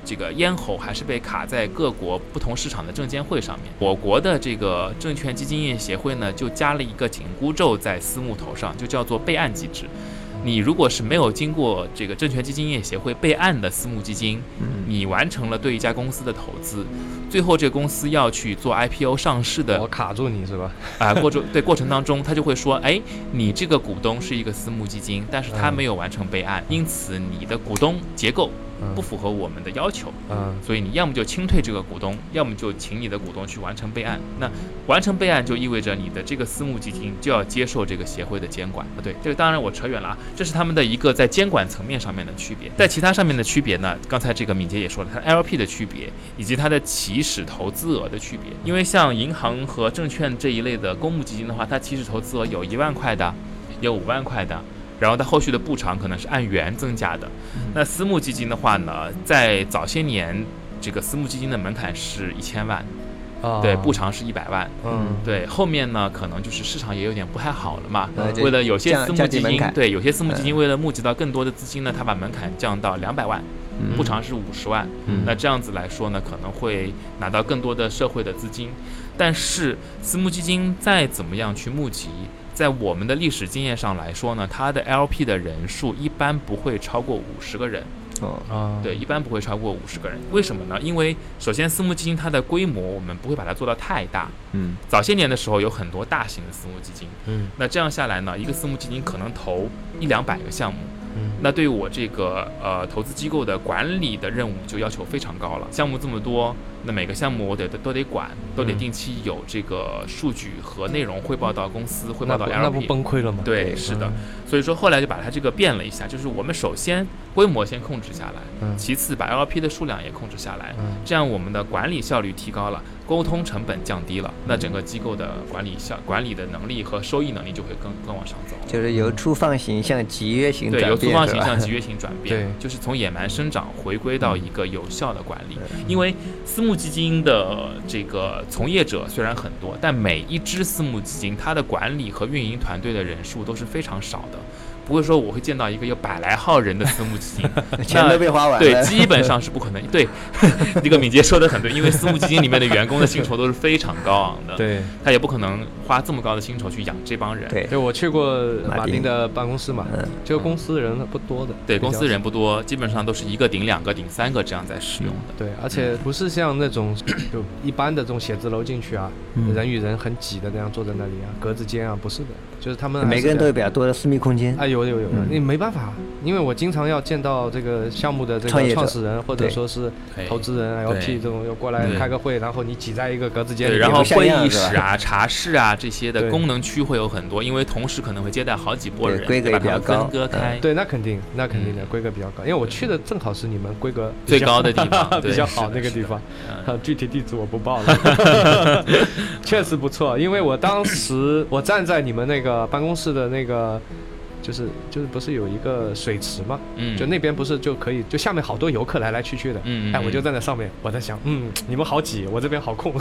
[SPEAKER 4] 这个咽喉还是被卡在各国不同市场的证监会上面。我国的这个证券基金业协会呢，就加了一个紧箍咒在私募头上，就叫做备案机制。你如果是没有经过这个证券基金业协会备案的私募基金，你完成了对一家公司的投资，最后这个公司要去做 IPO 上市的
[SPEAKER 2] 我卡住你是吧？
[SPEAKER 4] 啊，过程对过程当中，他就会说，哎，你这个股东是一个私募基金，但是他
[SPEAKER 2] 嗯
[SPEAKER 4] 没有完成备案，因此你的股东结构
[SPEAKER 2] 嗯
[SPEAKER 4] 不符合我们的要求，
[SPEAKER 2] 嗯
[SPEAKER 4] 所以你要么就清退这个股东，要么就请你的股东去完成备案。那完成备案就意味着你的这个私募基金就要接受这个协会的监管。啊，对，这个当然我扯远了啊，这是他们的一个在监管层面上面的区别。在其他上面的区别呢，刚才这个敏捷也说了，它 LP 的区别以及它的起始投资额的区别。因为像银行和证券这一类的公募基金的话，它起始投资额有一万块的，有五万块的。然后它后续的补偿可能是按元增加的，那私募基金的话呢，在早些年，这个私募基金的门槛是一千万，
[SPEAKER 2] 啊，
[SPEAKER 4] 对，补偿是一百万。
[SPEAKER 2] 嗯
[SPEAKER 4] 对，后面呢，可能就是市场也有点不太好了嘛。
[SPEAKER 3] 呃就
[SPEAKER 4] 为了有些
[SPEAKER 3] 降
[SPEAKER 4] 私募
[SPEAKER 3] 降低
[SPEAKER 4] 基
[SPEAKER 3] 门
[SPEAKER 4] 金，
[SPEAKER 3] 槛
[SPEAKER 4] 对有些私募基金为了募集到更多的资金呢，它把门槛降到两百万，
[SPEAKER 3] 嗯
[SPEAKER 4] 补偿是五十万。
[SPEAKER 2] 嗯
[SPEAKER 4] 那这样子来说呢，可能会拿到更多的社会的资金。但是私募基金再怎么样去募集，在我们的历史经验上来说呢，它的 LP 的人数一般不会超过五十个人。
[SPEAKER 3] 哦，
[SPEAKER 2] 啊，
[SPEAKER 4] 对，一般不会超过五十个人。为什么呢？因为首先私募基金它的规模，我们不会把它做到太大。
[SPEAKER 1] 嗯，
[SPEAKER 4] 早些年的时候有很多大型的私募基金，
[SPEAKER 2] 嗯
[SPEAKER 4] 那这样下来呢，一个私募基金可能投一两百个项目，
[SPEAKER 2] 嗯
[SPEAKER 4] 那对我这个呃投资机构的管理的任务就要求非常高了。项目这么多，那每个项目我得都得管，都得
[SPEAKER 2] 嗯
[SPEAKER 4] 定期有这个数据和内容汇报到公司，汇报
[SPEAKER 2] 那
[SPEAKER 4] 到
[SPEAKER 2] 不那不
[SPEAKER 4] LP。
[SPEAKER 2] 崩嗯溃了吗？
[SPEAKER 4] 对，是的，所以说后来就把它这个变了一下，就是我们首先规模先控制下来，
[SPEAKER 2] 嗯
[SPEAKER 4] 其次把 LP 的数量也控制下来，
[SPEAKER 2] 嗯
[SPEAKER 4] 这样我们的管理效率提高了，沟通成本降低了，那整个机构的管理效管理的能力和收益能力就会更更往上走。
[SPEAKER 3] 就是由粗放型向集约型
[SPEAKER 4] 对，由
[SPEAKER 3] 转变，
[SPEAKER 4] 粗放
[SPEAKER 3] 是
[SPEAKER 4] 型
[SPEAKER 3] 吧
[SPEAKER 4] 向集约型转变
[SPEAKER 2] 对，
[SPEAKER 4] 就是从野蛮生长回归到一个有效的管理。因为私募基金的这个从业者虽然很多，但每一只私募基金它的管理和运营团队的人数都是非常少的，不会说我会见到一个有百来号人的私募基金，
[SPEAKER 3] [laughs] 钱都被花完了，
[SPEAKER 4] 对，基本上是不可能。对， [laughs] 这个敏捷说的很对，因为私募基金里面的员工的薪酬都是非常高昂的，
[SPEAKER 2] 对。
[SPEAKER 4] 他也不可能花这么高的薪酬去养这帮人。
[SPEAKER 3] [laughs] 对
[SPEAKER 2] 对，我去过
[SPEAKER 3] 马
[SPEAKER 2] 马
[SPEAKER 3] 丁
[SPEAKER 2] 丁的办公室嘛，
[SPEAKER 3] 嗯
[SPEAKER 2] 这个公司人不多的，
[SPEAKER 4] 对，
[SPEAKER 2] 比较
[SPEAKER 4] 公司人不多，基本上都是一个顶两个、顶三个这样在使用
[SPEAKER 3] 嗯
[SPEAKER 4] 的。
[SPEAKER 2] 对，而且不是像那
[SPEAKER 3] [coughs]
[SPEAKER 2] 种就一般的这种写字楼进去啊，
[SPEAKER 3] 嗯
[SPEAKER 2] 人与人很挤的那样坐在那里啊，格子间啊，不是的，就是他们还
[SPEAKER 3] 每
[SPEAKER 2] 是
[SPEAKER 3] 个人都
[SPEAKER 2] 得
[SPEAKER 3] 有比较多的私密空间。
[SPEAKER 4] 哎
[SPEAKER 2] 啊，有有有，
[SPEAKER 3] 嗯
[SPEAKER 2] 你没办法，因为我经常要见到这个项目的这
[SPEAKER 3] 创业
[SPEAKER 2] 个
[SPEAKER 3] 者
[SPEAKER 2] 创始人或者
[SPEAKER 3] 对
[SPEAKER 2] 说是
[SPEAKER 4] 对
[SPEAKER 2] 投资人
[SPEAKER 4] 对
[SPEAKER 2] LP 这种又过来
[SPEAKER 4] 对
[SPEAKER 2] 开个会，然后你挤在一个格子间里
[SPEAKER 4] 对，
[SPEAKER 2] 面，
[SPEAKER 4] 然后
[SPEAKER 3] 不像
[SPEAKER 4] 会
[SPEAKER 3] 样
[SPEAKER 4] 议
[SPEAKER 3] 是吧
[SPEAKER 4] 室
[SPEAKER 3] [laughs]
[SPEAKER 4] 啊、茶室啊这些的
[SPEAKER 2] 对
[SPEAKER 4] 功能区会有很多，因为同时可能会接待好几波
[SPEAKER 3] 对
[SPEAKER 4] 人，
[SPEAKER 3] 规格也
[SPEAKER 4] 把它
[SPEAKER 3] 比较
[SPEAKER 4] 们分
[SPEAKER 3] 高嗯
[SPEAKER 4] 割开。
[SPEAKER 2] 对，那肯定，那肯定的，
[SPEAKER 4] 嗯
[SPEAKER 2] 规格比较高，因为我去的正好是你们规格
[SPEAKER 4] 最
[SPEAKER 2] 比较
[SPEAKER 4] 高的地方对
[SPEAKER 2] [laughs] 比较
[SPEAKER 4] 是
[SPEAKER 2] 好
[SPEAKER 4] 的
[SPEAKER 2] 那个
[SPEAKER 4] 是
[SPEAKER 2] 地
[SPEAKER 4] 的
[SPEAKER 2] 方。
[SPEAKER 4] 嗯
[SPEAKER 2] 啊， [laughs] 具体地址我不报
[SPEAKER 4] [laughs]
[SPEAKER 2] 了，确实不错，因为我当时我站在你们那个办公室的那个，就是就是不是有一个水池嘛，
[SPEAKER 4] 嗯，
[SPEAKER 2] 就那边不是就可以，就下面好多游客来来去去的，
[SPEAKER 4] 嗯嗯
[SPEAKER 2] 哎，我就
[SPEAKER 4] 嗯
[SPEAKER 2] 站在上面，我在想，嗯，你们好挤，我这边好
[SPEAKER 4] [laughs]
[SPEAKER 2] 空，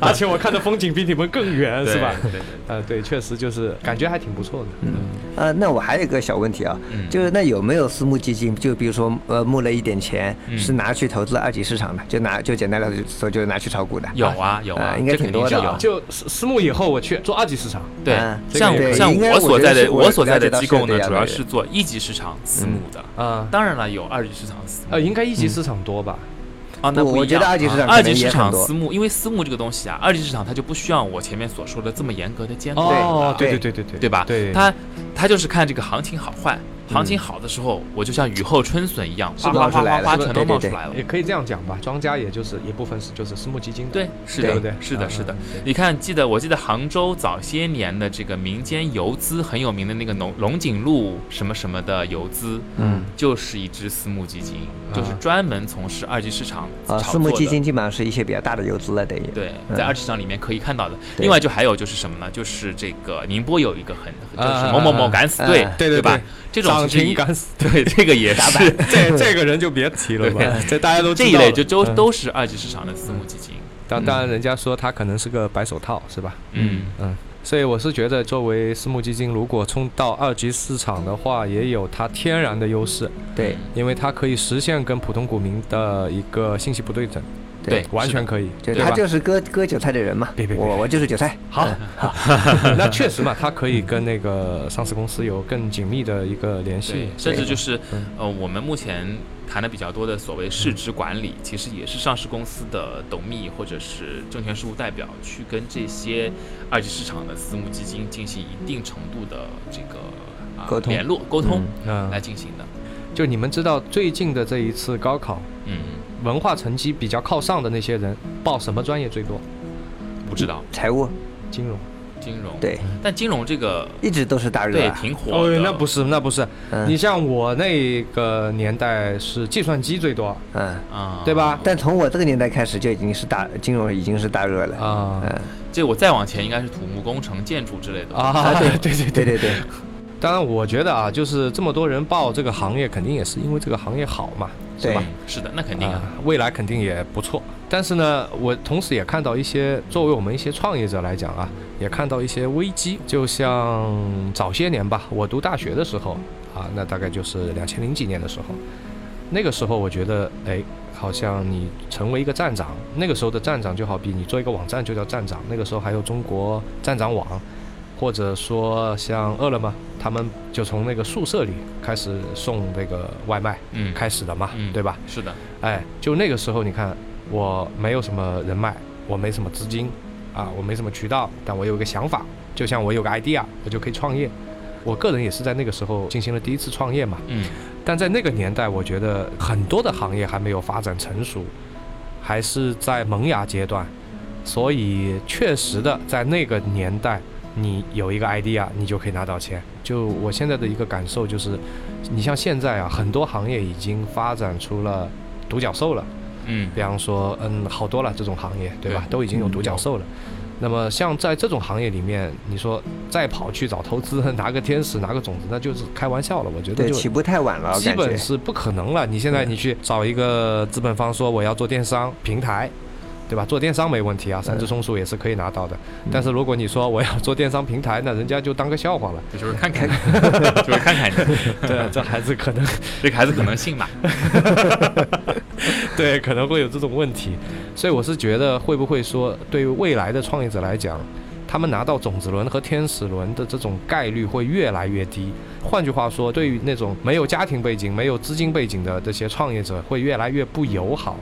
[SPEAKER 2] 而且我看的风景比你们更远，
[SPEAKER 4] 对
[SPEAKER 2] 是吧？
[SPEAKER 4] 嗯对对嗯对
[SPEAKER 2] 呃，对，确实就是感觉还挺不错的，
[SPEAKER 3] 啊，那我还有一个小问题啊，
[SPEAKER 4] 嗯
[SPEAKER 3] 就是那有没有私募基金？就比如说，呃，募了一点钱，
[SPEAKER 4] 嗯
[SPEAKER 3] 是拿去投资二级市场的，就拿就简单的说，就是拿去炒股的。
[SPEAKER 4] 有啊有啊，
[SPEAKER 3] 应该
[SPEAKER 4] 这
[SPEAKER 3] 挺
[SPEAKER 4] 肯定
[SPEAKER 3] 多
[SPEAKER 4] 是
[SPEAKER 3] 的
[SPEAKER 4] 有
[SPEAKER 3] 啊。
[SPEAKER 2] 就私私募以后我去做二级市场，
[SPEAKER 4] 对
[SPEAKER 3] 嗯，
[SPEAKER 2] 这个
[SPEAKER 4] 像
[SPEAKER 2] 也可以
[SPEAKER 4] 像
[SPEAKER 3] 应该
[SPEAKER 4] 我
[SPEAKER 3] 我
[SPEAKER 4] 所
[SPEAKER 3] 觉
[SPEAKER 4] 在
[SPEAKER 3] 得是
[SPEAKER 4] 的
[SPEAKER 3] 我
[SPEAKER 4] 我所
[SPEAKER 3] 了
[SPEAKER 4] 在
[SPEAKER 3] 解
[SPEAKER 4] 的
[SPEAKER 3] 到
[SPEAKER 4] 机
[SPEAKER 3] 是
[SPEAKER 4] 构
[SPEAKER 3] 这
[SPEAKER 4] 呢，
[SPEAKER 3] 样
[SPEAKER 4] 主
[SPEAKER 3] 的
[SPEAKER 4] 要
[SPEAKER 3] 人嗯
[SPEAKER 4] 是做一级市场私募的。
[SPEAKER 2] 啊、
[SPEAKER 4] 当然了，有二级市场私募
[SPEAKER 2] 呃，应该一级市场多吧？
[SPEAKER 4] 啊，那
[SPEAKER 3] 不
[SPEAKER 4] 不一
[SPEAKER 3] 我觉得
[SPEAKER 4] 样
[SPEAKER 3] 二级市场
[SPEAKER 4] 啊
[SPEAKER 3] 可
[SPEAKER 4] 二
[SPEAKER 3] 能
[SPEAKER 4] 级
[SPEAKER 3] 也很
[SPEAKER 4] 市场
[SPEAKER 3] 多
[SPEAKER 4] 私募，因为私募这个东西啊，二级市场它就不需要我前面所说的这么严格的监管了。
[SPEAKER 2] 哦，
[SPEAKER 3] 对
[SPEAKER 2] 对对对对
[SPEAKER 4] 对吧？
[SPEAKER 2] 对，
[SPEAKER 4] 他他就是看这个行情好坏，行情好的时候，我就像雨后春笋一样，哗
[SPEAKER 3] 冒
[SPEAKER 4] 哗
[SPEAKER 3] 出
[SPEAKER 4] 哗
[SPEAKER 3] 来
[SPEAKER 4] 哗
[SPEAKER 3] 了
[SPEAKER 4] 哗
[SPEAKER 3] 是吧
[SPEAKER 4] 全都
[SPEAKER 3] 对对
[SPEAKER 4] 冒出
[SPEAKER 3] 对
[SPEAKER 4] 来了。
[SPEAKER 2] 也可以这样讲吧，庄家也就是一部分是就是私募基金的，
[SPEAKER 4] 对，是
[SPEAKER 2] 对
[SPEAKER 4] 的，
[SPEAKER 2] 不对？
[SPEAKER 4] 是的，是的
[SPEAKER 2] 嗯。
[SPEAKER 4] 你看，记得我记得杭州早些年的这个民间游资很有名的那个龙龙井路什么什么的游资，
[SPEAKER 3] 嗯，
[SPEAKER 4] 就是一支私募基金，就是
[SPEAKER 2] 啊
[SPEAKER 4] 专门从事二级市场
[SPEAKER 3] 啊，
[SPEAKER 4] 炒
[SPEAKER 3] 私募
[SPEAKER 4] 作
[SPEAKER 3] 基
[SPEAKER 4] 的
[SPEAKER 3] 金基本上是一些比较大的游资了，等于。
[SPEAKER 4] 对，
[SPEAKER 3] 嗯
[SPEAKER 4] 在二级市场里面可以看到的。
[SPEAKER 3] 对
[SPEAKER 4] 另外就还有就是什么呢？就是这个宁波有一个很
[SPEAKER 2] 啊
[SPEAKER 4] 就是
[SPEAKER 2] 啊
[SPEAKER 4] 某某某
[SPEAKER 2] 啊
[SPEAKER 4] 敢死
[SPEAKER 3] 啊
[SPEAKER 4] 队，
[SPEAKER 2] 对对对
[SPEAKER 4] 吧？这种
[SPEAKER 2] 涨
[SPEAKER 4] 其实
[SPEAKER 2] 停
[SPEAKER 4] 也
[SPEAKER 2] 敢死， [laughs]
[SPEAKER 4] 对这个也是
[SPEAKER 2] [laughs] 这这个人就别提了吧，这大家都知
[SPEAKER 4] [laughs] 这
[SPEAKER 2] 道
[SPEAKER 4] 一类就
[SPEAKER 2] 了
[SPEAKER 4] 都
[SPEAKER 2] 嗯
[SPEAKER 4] 都是二级市场的私募基金。
[SPEAKER 2] 当当然人家说他可能是个白手套是吧？
[SPEAKER 4] 嗯，
[SPEAKER 2] 嗯，所以我是觉得作为私募基金，如果冲到二级市场的话，也有它天然的优势，
[SPEAKER 3] 对
[SPEAKER 2] 因为它可以实现跟普通股民的一个信息不对等，
[SPEAKER 4] 对，
[SPEAKER 2] 完
[SPEAKER 4] 是的
[SPEAKER 2] 全可以，
[SPEAKER 3] 就
[SPEAKER 2] 对
[SPEAKER 3] 他
[SPEAKER 2] 吧？ [laughs]
[SPEAKER 3] 就是割割韭菜的人嘛
[SPEAKER 2] 别别，别
[SPEAKER 3] 我我就是韭菜。嗯
[SPEAKER 2] 好，那确实嘛，它可以跟那个上市公司有更紧密的一个联系
[SPEAKER 4] 对，，甚至就是
[SPEAKER 2] 嗯
[SPEAKER 4] 呃，我们目前谈的比较多的所谓市值管理，其实也是上市公司的董秘或者是证券事务代表去跟这些二级市场的私募基金进行一定程度的这个、啊
[SPEAKER 3] 沟通
[SPEAKER 4] 联络沟通
[SPEAKER 2] 嗯，
[SPEAKER 4] 来进行的。
[SPEAKER 2] 就你们知道最近的这一次高考，
[SPEAKER 4] 嗯，
[SPEAKER 2] 文化成绩比较靠上的那些人报什么专业最多？
[SPEAKER 4] 嗯不知道
[SPEAKER 3] 财务
[SPEAKER 2] 金融。
[SPEAKER 4] 金融，
[SPEAKER 3] 对，
[SPEAKER 4] 但金融这个
[SPEAKER 3] 一直都是大热
[SPEAKER 4] 嗯对
[SPEAKER 3] 啊。
[SPEAKER 4] 挺火
[SPEAKER 2] 哦
[SPEAKER 4] 的，，
[SPEAKER 2] 那不是，那不是。
[SPEAKER 3] 嗯
[SPEAKER 2] 你像我那个年代是计算机最多，
[SPEAKER 3] 嗯，
[SPEAKER 4] 啊，
[SPEAKER 2] 对吧？
[SPEAKER 3] 但从我这个年代开始就已经是大金融已经是大热了。
[SPEAKER 2] 啊
[SPEAKER 3] 嗯，
[SPEAKER 4] 这我再往前应该是土木工程、建筑之类的
[SPEAKER 2] 啊，对 [laughs] 对对
[SPEAKER 3] 对对对，
[SPEAKER 2] 当然，我觉得啊，就是这么多人报这个行业，肯定也是因为这个行业好嘛，
[SPEAKER 3] 对
[SPEAKER 2] 是吧？
[SPEAKER 4] 是的，那肯定啊，
[SPEAKER 2] 啊，未来肯定也不错。但是呢，我同时也看到一些作为我们一些创业者来讲啊，也看到一些危机。就像早些年吧，我读大学的时候啊，那大概就是两千零几年的时候，那个时候我觉得，哎，好像你成为一个站长，那个时候的站长就好比你做一个网站就叫站长，那个时候还有中国站长网。或者说像饿了么，他们就从那个宿舍里开始送那个外卖
[SPEAKER 4] 嗯，
[SPEAKER 2] 开始的嘛，
[SPEAKER 4] 嗯
[SPEAKER 2] 对吧？
[SPEAKER 4] 是的，
[SPEAKER 2] 哎，就那个时候，你看我没有什么人脉，我没什么资金，啊，我没什么渠道，但我有一个想法，就像我有个 idea，我就可以创业。我个人也是在那个时候进行了第一次创业嘛，
[SPEAKER 4] 嗯，
[SPEAKER 2] 但在那个年代，我觉得很多的行业还没有发展成熟，还是在萌芽阶段，所以确实的在那个年代，你有一个 idea，你就可以拿到钱。就我现在的一个感受就是，你像现在啊，很多行业已经发展出了独角兽了。
[SPEAKER 4] 嗯，
[SPEAKER 2] 比方说，嗯，好多了这种行业，对吧？
[SPEAKER 4] 对
[SPEAKER 2] 都已经有独角兽了。那么像在这种行业里面，你说再跑去找投资，拿个天使，拿个种子，那就是开玩笑了。我觉得
[SPEAKER 3] 对，
[SPEAKER 2] 就
[SPEAKER 3] 起步太晚了，我
[SPEAKER 2] 基
[SPEAKER 3] 感觉
[SPEAKER 2] 本。是不可能了。你现在你去找一个资本方说我要做电商平台，对吧？做电商没问题啊，三只松鼠也是可以拿到的。但是如果你说我要做电商平台，那人家就当个笑话了。
[SPEAKER 4] 这就是看看， [laughs] 就是看看你，
[SPEAKER 2] [laughs] 对，这孩子可能
[SPEAKER 4] 这个孩子可能信吧，
[SPEAKER 2] [laughs] 对，可能会有这种问题，所以我是觉得会不会说，对于未来的创业者来讲，他们拿到种子轮和天使轮的这种概率会越来越低。换句话说，对于那种没有家庭背景、没有资金背景的这些创业者，会越来越不友好。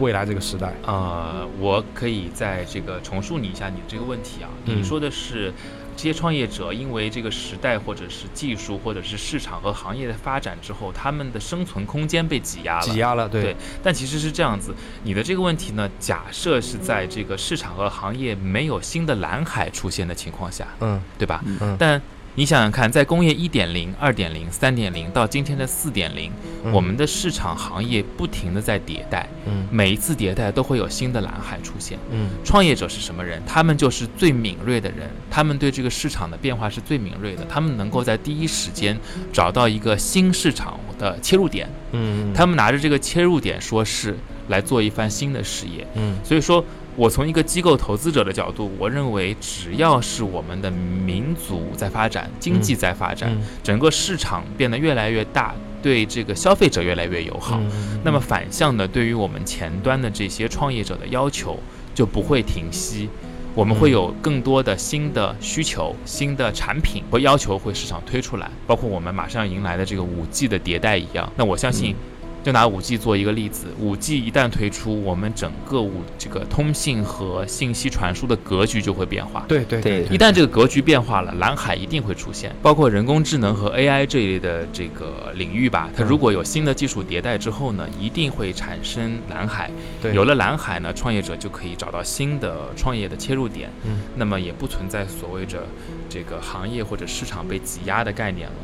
[SPEAKER 2] 未来这个时代，
[SPEAKER 4] 呃，我可以在这个重述你一下你这个问题啊。
[SPEAKER 2] 嗯
[SPEAKER 4] 你说的是这些创业者因为这个时代或者是技术或者是市场和行业的发展之后，他们的生存空间被挤压了。
[SPEAKER 2] 挤压了，对，
[SPEAKER 4] 对但其实是这样子，你的这个问题呢，假设是在这个市场和行业没有新的蓝海出现的情况下，
[SPEAKER 2] 嗯
[SPEAKER 4] 对吧？
[SPEAKER 2] 嗯
[SPEAKER 4] 但你想想看，在工业一点零、二点零、三点零到今天的四点零，
[SPEAKER 2] 嗯
[SPEAKER 4] 我们的市场行业不停的在迭代，
[SPEAKER 2] 嗯
[SPEAKER 4] 每一次迭代都会有新的蓝海出现。
[SPEAKER 2] 嗯
[SPEAKER 4] 创业者是什么人？他们就是最敏锐的人，他们对这个市场的变化是最敏锐的，他们能够在第一时间找到一个新市场的切入点，
[SPEAKER 2] 嗯，
[SPEAKER 4] 他们拿着这个切入点说事来做一番新的事业。
[SPEAKER 2] 嗯
[SPEAKER 4] 所以说我从一个机构投资者的角度，我认为只要是我们的民族在发展，经济在发展，
[SPEAKER 2] 嗯
[SPEAKER 4] 整个市场变得越来越大，对这个消费者越来越友好，
[SPEAKER 2] 嗯
[SPEAKER 4] 那么反向的，对于我们前端的这些创业者的要求就不会停息。我们
[SPEAKER 2] 嗯
[SPEAKER 4] 会有更多的新的需求、新的产品和要求会市场推出来，包括我们马上迎来的这个五 G 的迭代一样。那我相
[SPEAKER 2] 嗯
[SPEAKER 4] 信，就拿五 G 做一个例子，五 G 一旦推出，我们整个五这个通信和信息传输的格局就会变化。
[SPEAKER 2] 对对
[SPEAKER 3] 对
[SPEAKER 4] 一旦这个格局变化了，蓝海一定会出现，包括人工智能和 AI 这一类的这个领域
[SPEAKER 2] 嗯
[SPEAKER 4] 吧。它如果有新的技术迭代之后呢，一定会产生蓝海。
[SPEAKER 2] 对
[SPEAKER 4] 有了蓝海呢，创业者就可以找到新的创业的切入点。
[SPEAKER 2] 嗯，
[SPEAKER 4] 那么也不存在所谓着这个行业或者市场被挤压的概念了。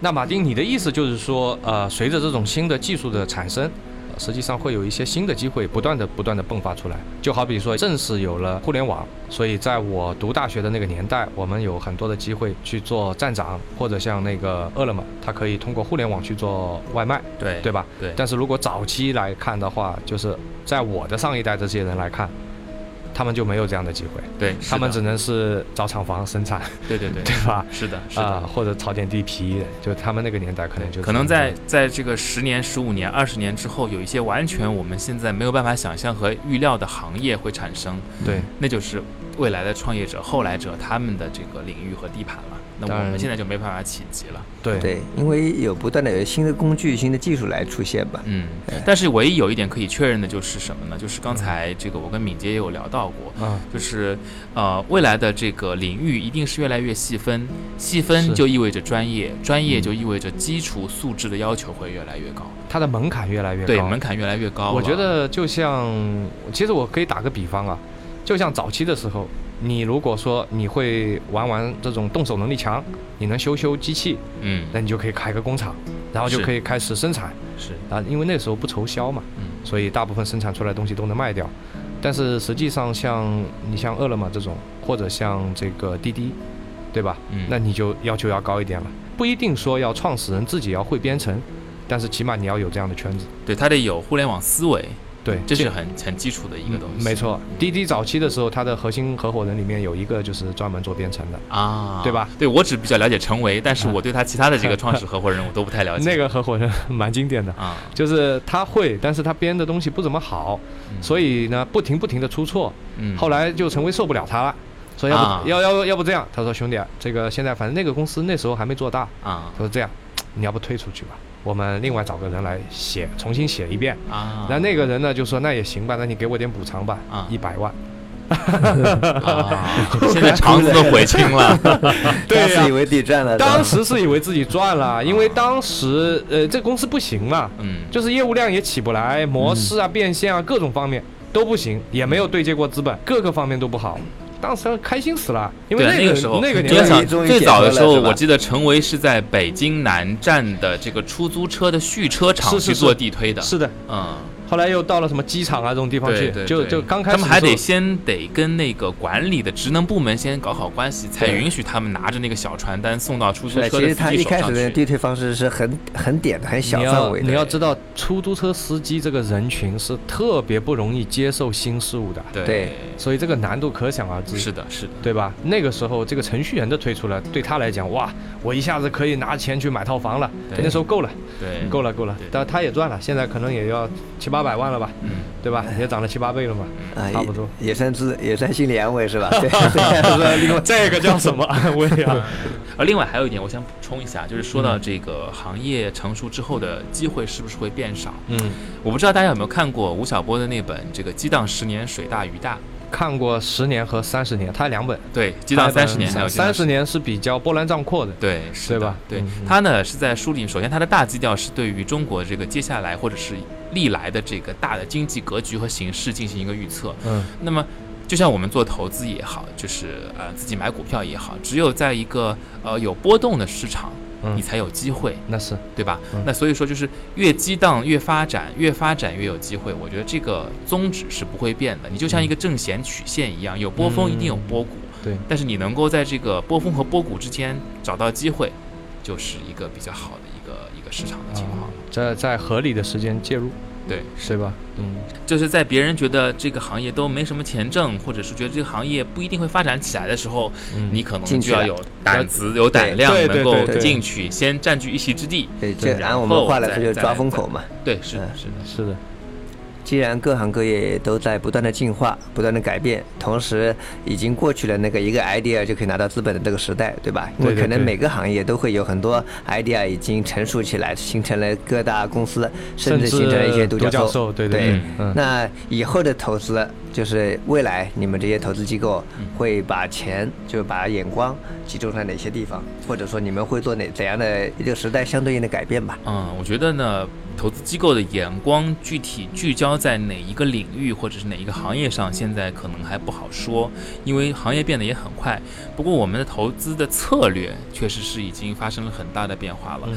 [SPEAKER 2] 那马丁，你的意思就是说，呃，随着这种新的技术的产生，呃实际上会有一些新的机会不断的、不断的迸发出来。就好比说，正是有了互联网，所以在我读大学的那个年代，我们有很多的机会去做站长，或者像那个饿了么，它可以通过互联网去做外卖，
[SPEAKER 4] 对
[SPEAKER 2] 对吧？
[SPEAKER 4] 对
[SPEAKER 2] 但是如果早期来看的话，就是在我的上一代这些人来看，他们就没有这样的机会，
[SPEAKER 4] 对，
[SPEAKER 2] 他们
[SPEAKER 4] 是
[SPEAKER 2] 只
[SPEAKER 4] 的
[SPEAKER 2] 能是找厂房生产， [laughs]
[SPEAKER 4] 对对对，
[SPEAKER 2] 对吧？
[SPEAKER 4] 是的，是的。
[SPEAKER 2] 啊、或者炒点地皮，就他们那个年代可能就
[SPEAKER 4] 可能在在这个十年、十五年、二十年之后，有一些完全我们现在没有办法想象和预料的行业会产生，
[SPEAKER 2] 对
[SPEAKER 4] 那就是未来的创业者、后来者他们的这个领域和地盘了。那
[SPEAKER 2] 当
[SPEAKER 4] 我们
[SPEAKER 2] 然
[SPEAKER 4] 现在就没办法企及了。
[SPEAKER 2] 对
[SPEAKER 3] 对，因为有不断的有新的工具、新的技术来出现吧。
[SPEAKER 4] 嗯，但是唯一有一点可以确认的就是什么呢？就是刚才这个我跟敏捷也有聊到过，
[SPEAKER 2] 啊，
[SPEAKER 4] 就是呃，未来的这个领域一定是越来越细分，细分
[SPEAKER 2] 是
[SPEAKER 4] 就意味着专业，专业
[SPEAKER 2] 嗯
[SPEAKER 4] 就意味着基础素质的要求会越来越高，
[SPEAKER 2] 它的门槛越来越高，
[SPEAKER 4] 对，门槛越来越高了。
[SPEAKER 2] 我觉得就像，其实我可以打个比方啊，就像早期的时候，你如果说你会玩玩这种动手能力强，你能修修机器，
[SPEAKER 4] 嗯，
[SPEAKER 2] 那你就可以开个工厂，然后就是可以开始生产
[SPEAKER 4] 是，
[SPEAKER 2] 啊，因为那时候不愁销嘛，
[SPEAKER 4] 嗯，
[SPEAKER 2] 所以大部分生产出来的东西都能卖掉。但是实际上像，你像饿了么这种，或者像这个滴滴，对吧？
[SPEAKER 4] 嗯
[SPEAKER 2] 那你就要求要高一点了，不一定说要创始人自己要会编程，但是起码你要有这样的圈子。
[SPEAKER 4] 对，它得有互联网思维，
[SPEAKER 2] 对，
[SPEAKER 4] 这是很很基础的一个东
[SPEAKER 2] 嗯
[SPEAKER 4] 西。
[SPEAKER 2] 没错，滴滴早期的时候，它的核心合伙人里面有一个就是专门做编程的，
[SPEAKER 4] 啊，
[SPEAKER 2] 对吧？
[SPEAKER 4] 对我只比较了解陈维，但是
[SPEAKER 2] 啊
[SPEAKER 4] 我对他其他的这
[SPEAKER 2] [laughs]
[SPEAKER 4] 个创始合伙人我都不太了解。
[SPEAKER 2] 那个合伙人蛮经典的，
[SPEAKER 4] 啊，
[SPEAKER 2] 就是他会，但是他编的东西不怎么好，所
[SPEAKER 4] 以
[SPEAKER 2] 以呢，不停不停的出错，后
[SPEAKER 4] 来
[SPEAKER 2] 来就陈威受不了他了。说要不、
[SPEAKER 4] 嗯啊
[SPEAKER 2] 要要要不这样？他说兄弟啊，这个现在反正那个公司那时候还没做大，
[SPEAKER 4] 啊
[SPEAKER 2] 他说这样，你要不退出去吧，我们另外找个人来写，重新写一遍。
[SPEAKER 4] 啊，
[SPEAKER 2] 那那个人呢就说那也行吧，那你给我点补偿吧
[SPEAKER 4] 啊，
[SPEAKER 2] 一百万。
[SPEAKER 4] 啊，
[SPEAKER 2] [laughs]
[SPEAKER 4] 现在肠子都悔青了。
[SPEAKER 2] [laughs] 对呀
[SPEAKER 3] 当时以为地震
[SPEAKER 4] 呃
[SPEAKER 3] 了，
[SPEAKER 2] 当时是以为自己赚了，因为当时呃这公司不行嘛，
[SPEAKER 4] 啊嗯，
[SPEAKER 2] 就是业务量也起不来，模式啊、变现啊各种方面都不行，也没有对接过资本，各个方面都不好。当时开心死了，因为
[SPEAKER 4] 对，啊
[SPEAKER 2] 个
[SPEAKER 4] 个时候，
[SPEAKER 2] 那个
[SPEAKER 4] 你
[SPEAKER 2] 年
[SPEAKER 4] 要
[SPEAKER 2] 代
[SPEAKER 4] 想
[SPEAKER 3] 终于
[SPEAKER 4] 最
[SPEAKER 3] 解
[SPEAKER 4] 早
[SPEAKER 3] 脱
[SPEAKER 4] 的
[SPEAKER 3] 了
[SPEAKER 4] 时候，
[SPEAKER 3] 是吧
[SPEAKER 4] 我记得陈维是在北京南站的这个出租车的续车场
[SPEAKER 2] 是是
[SPEAKER 4] 去
[SPEAKER 2] 是
[SPEAKER 4] 做地推的。
[SPEAKER 2] 是的，
[SPEAKER 4] 嗯，
[SPEAKER 2] 后来又到了什么机场啊这种地方
[SPEAKER 4] 对
[SPEAKER 2] 去
[SPEAKER 4] 对，，
[SPEAKER 2] 就
[SPEAKER 4] 对
[SPEAKER 2] 就刚开始
[SPEAKER 4] 他们还
[SPEAKER 2] 的时
[SPEAKER 4] 得
[SPEAKER 2] 候
[SPEAKER 4] 先得跟那个管理的职能部门先搞好关系，才
[SPEAKER 3] 对
[SPEAKER 4] 允许他们拿着那个小传单送到出租
[SPEAKER 3] 对，
[SPEAKER 4] 车
[SPEAKER 3] 其
[SPEAKER 4] 的
[SPEAKER 3] 实
[SPEAKER 4] 司
[SPEAKER 3] 他
[SPEAKER 4] 机
[SPEAKER 3] 一
[SPEAKER 4] 手
[SPEAKER 3] 开
[SPEAKER 4] 上
[SPEAKER 3] 始的
[SPEAKER 4] 去。
[SPEAKER 3] 地推方式是很很点的、很小
[SPEAKER 2] 你
[SPEAKER 3] 范
[SPEAKER 2] 要
[SPEAKER 3] 围的。
[SPEAKER 2] 你要知道，出租车司机这个人群是特别不容易接受新事物的，
[SPEAKER 4] 对
[SPEAKER 3] 对，
[SPEAKER 2] 所以这个难度可想而知。
[SPEAKER 4] 是的，是的。
[SPEAKER 2] 对吧？那个时候，这个程序员的推出了，对他来讲，哇，我一下子可以拿钱去买套房了。
[SPEAKER 4] 对
[SPEAKER 2] 那时候够了，
[SPEAKER 4] 对，
[SPEAKER 2] 够了，够了
[SPEAKER 4] 对。
[SPEAKER 2] 但他也赚了，现在可能也要七八百万了吧，
[SPEAKER 4] 嗯，
[SPEAKER 2] 对吧？也涨了七八倍了嘛。
[SPEAKER 3] 啊，
[SPEAKER 2] 差不多
[SPEAKER 3] 也也算是也算心理安慰
[SPEAKER 2] [laughs]
[SPEAKER 3] 是吧？对，虽然说另外
[SPEAKER 2] 这个叫什么安慰
[SPEAKER 4] [laughs]
[SPEAKER 2] 啊？
[SPEAKER 4] 而呃另外还有一点，我想补充一下，就是说到这个行业成熟之后的机会是不是会变少？
[SPEAKER 2] 嗯，
[SPEAKER 4] 我不知道大家有没有看过吴晓波的那本《这个激荡十年，水大鱼大》。
[SPEAKER 2] 看过十年和三十年，他两本，
[SPEAKER 4] 对，激荡三十年还有激
[SPEAKER 2] 嗯
[SPEAKER 4] 荡
[SPEAKER 2] 三十。年是比较波澜壮阔的。
[SPEAKER 4] 对，是
[SPEAKER 2] 对
[SPEAKER 4] 的
[SPEAKER 2] 吧
[SPEAKER 4] 对
[SPEAKER 2] 嗯嗯
[SPEAKER 4] 他呢是在梳理，首先他的大基调是对于中国这个接下来或者是历来的这个大的经济格局和形势进行一个预测。
[SPEAKER 2] 嗯，
[SPEAKER 4] 那么，就像我们做投资也好，就是呃自己买股票也好，只有在一个呃有波动的市场，
[SPEAKER 2] 嗯
[SPEAKER 4] 你才有机会，
[SPEAKER 2] 那是
[SPEAKER 4] 对吧
[SPEAKER 2] 嗯？
[SPEAKER 4] 那所以说就是越激荡越发展，越发展越有机会。我觉得这个宗旨是不会变的。你就像一个正弦曲线一样，有波
[SPEAKER 2] 嗯
[SPEAKER 4] 峰一定有波谷，
[SPEAKER 2] 对。
[SPEAKER 4] 但是你能够在这个波峰和波谷之间找到机会，就是一个比较好的一个一个市场的情况
[SPEAKER 2] 啊。在在合理的时间介入，
[SPEAKER 4] 对，
[SPEAKER 2] 对吧？嗯，
[SPEAKER 4] 就是在别人觉得这个行业都没什么前证，或者是觉得这个行业不一定会发展起来的时候，
[SPEAKER 2] 嗯
[SPEAKER 4] 你可能
[SPEAKER 3] 进去
[SPEAKER 4] 就要
[SPEAKER 3] 了
[SPEAKER 4] 有胆子、有胆量，
[SPEAKER 2] 对对
[SPEAKER 4] 能
[SPEAKER 2] 对
[SPEAKER 4] 够
[SPEAKER 2] 对对
[SPEAKER 4] 进去，先占据一席之地。
[SPEAKER 3] 对，
[SPEAKER 4] 对
[SPEAKER 3] 这
[SPEAKER 4] 然
[SPEAKER 3] 按我们
[SPEAKER 4] 后
[SPEAKER 3] 话来
[SPEAKER 4] 再
[SPEAKER 3] 说就是
[SPEAKER 4] 再
[SPEAKER 3] 抓
[SPEAKER 4] 来
[SPEAKER 3] 风
[SPEAKER 4] 再
[SPEAKER 3] 口嘛。
[SPEAKER 4] 对，是的，
[SPEAKER 3] 嗯
[SPEAKER 4] 是的。
[SPEAKER 2] 是的，
[SPEAKER 3] 既然各行各业都在不断的进化、不断的改变，同时已经过去了那个一个 idea 就可以拿到资本的这个时代，对吧？因为
[SPEAKER 2] 对对
[SPEAKER 3] 可能
[SPEAKER 2] 对
[SPEAKER 3] 每个行业都会有很多 idea 已经成熟起来，形成了各大公司，甚至形成了一些独
[SPEAKER 2] 独角
[SPEAKER 3] 兽。
[SPEAKER 2] 兽，对
[SPEAKER 3] 对
[SPEAKER 2] 对，嗯，
[SPEAKER 3] 那以后的投资，就是未来你们这些投资机构会把钱，就把眼光集中在哪些地方，或者说你们会做哪怎样的一个时代相对应的改变吧？
[SPEAKER 4] 嗯，我觉得呢，投资机构的眼光具体聚焦在哪一个领域或者是哪一个行业上，现在可能还不好说，因为行业变得也很快。不过我们的投资的策略确实是已经发生了很大的变化了
[SPEAKER 2] 嗯。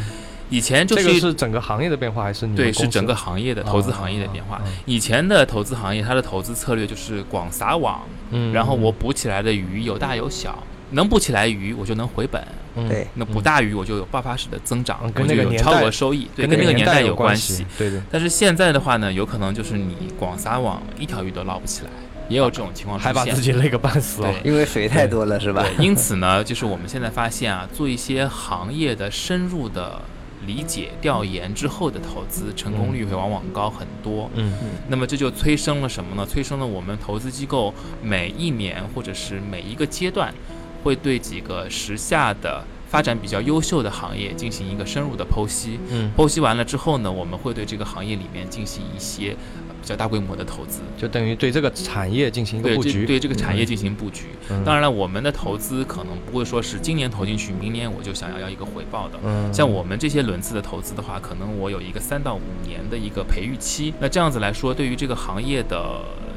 [SPEAKER 4] 以前就
[SPEAKER 2] 这
[SPEAKER 4] 是
[SPEAKER 2] 个是整个行业的变化还是你们
[SPEAKER 4] 对，
[SPEAKER 2] 公
[SPEAKER 4] 是
[SPEAKER 2] 司
[SPEAKER 4] 整个行业的投资行业的变化。以前的投资行业，它的投资策略就是广撒网，
[SPEAKER 2] 嗯，
[SPEAKER 4] 然后我捕起来的鱼有大有小，能捕起来鱼我就能回本，
[SPEAKER 2] 嗯
[SPEAKER 3] 对，
[SPEAKER 4] 那捕大鱼我就有爆发式的增长，
[SPEAKER 2] 嗯跟
[SPEAKER 4] 我就
[SPEAKER 2] 那个
[SPEAKER 4] 有
[SPEAKER 2] 年
[SPEAKER 4] 超
[SPEAKER 2] 代
[SPEAKER 4] 额收益，对，
[SPEAKER 2] 跟
[SPEAKER 4] 那个年代
[SPEAKER 2] 代
[SPEAKER 4] 有
[SPEAKER 2] 关
[SPEAKER 4] 系。，
[SPEAKER 2] 对对，
[SPEAKER 4] 但是现在的话呢，有可能就是你广撒网，一条鱼都捞不起来，也有哦这种情况出
[SPEAKER 2] 还把
[SPEAKER 4] 现
[SPEAKER 2] 自。己累个半死哦。
[SPEAKER 4] 对
[SPEAKER 3] 因为水太多
[SPEAKER 2] [laughs]
[SPEAKER 3] 了，是吧？
[SPEAKER 4] 对，因此呢，就是我们现在发现啊，做一些行业的深入的理解调研之后的投资成功率会往往高很多。
[SPEAKER 2] 嗯
[SPEAKER 4] 那么这就催生了什么呢？催生了我们投资机构每一年或者是每一个阶段，会对几个时下的发展比较优秀的行业进行一个深入的剖析。
[SPEAKER 2] 嗯，
[SPEAKER 4] 剖析完了之后呢，我们会对这个行业里面进行一些呃比较大规模的投资。
[SPEAKER 2] 就等于对这个产业进行一个
[SPEAKER 4] 对
[SPEAKER 2] 布
[SPEAKER 4] 这
[SPEAKER 2] 局。
[SPEAKER 4] 对这个产业进行布局。
[SPEAKER 2] 嗯，
[SPEAKER 4] 当然了，我们的投资可能不会说是今年投进去，明年我就想要要一个回报的。
[SPEAKER 2] 嗯，
[SPEAKER 4] 像我们这些轮次的投资的话，可能我有一个三到五年的一个培育期。那这样子来说，对于这个行业的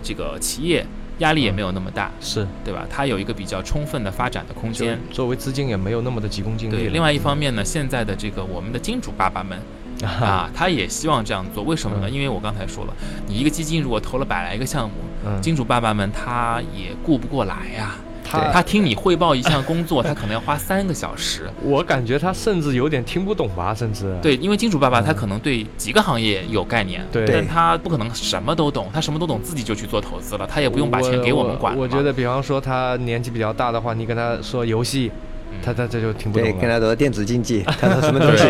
[SPEAKER 4] 这个企业压力也没有那么大，
[SPEAKER 2] 是
[SPEAKER 4] 对吧？它有一个比较充分的发展的空
[SPEAKER 2] 就
[SPEAKER 4] 间。
[SPEAKER 2] 作为资金也没有那么的急功近利
[SPEAKER 4] 对，
[SPEAKER 2] 了。
[SPEAKER 4] 另外一方面呢，现在的这个我们的金主爸
[SPEAKER 2] [laughs]
[SPEAKER 4] 爸们
[SPEAKER 2] 啊，
[SPEAKER 4] 啊，他也希望这样做。为什么呢？因为我刚才说了，你一个基金如果投了百来个项目，
[SPEAKER 2] 嗯，
[SPEAKER 4] 金主爸爸们他也顾不过来呀、
[SPEAKER 2] 他
[SPEAKER 4] 他听你汇报一项工作，他可能要花三个小时。
[SPEAKER 2] 我感觉他甚至有点听不懂吧，甚至
[SPEAKER 4] 对，因为金主爸爸他可能对几个行业有概念，
[SPEAKER 2] 对
[SPEAKER 4] 但他不可能什么都懂，他什么都懂自己就去做投资了，他也不用把钱给
[SPEAKER 2] 我
[SPEAKER 4] 们管
[SPEAKER 2] 我。我
[SPEAKER 4] 了嘛
[SPEAKER 2] 觉得，比方说他年纪比较大的话，你跟他说游戏，
[SPEAKER 4] 嗯
[SPEAKER 2] 他他这就听不
[SPEAKER 3] 对，
[SPEAKER 2] 懂
[SPEAKER 3] 跟
[SPEAKER 2] 了。
[SPEAKER 3] 他说电子竞技，他说什么东西？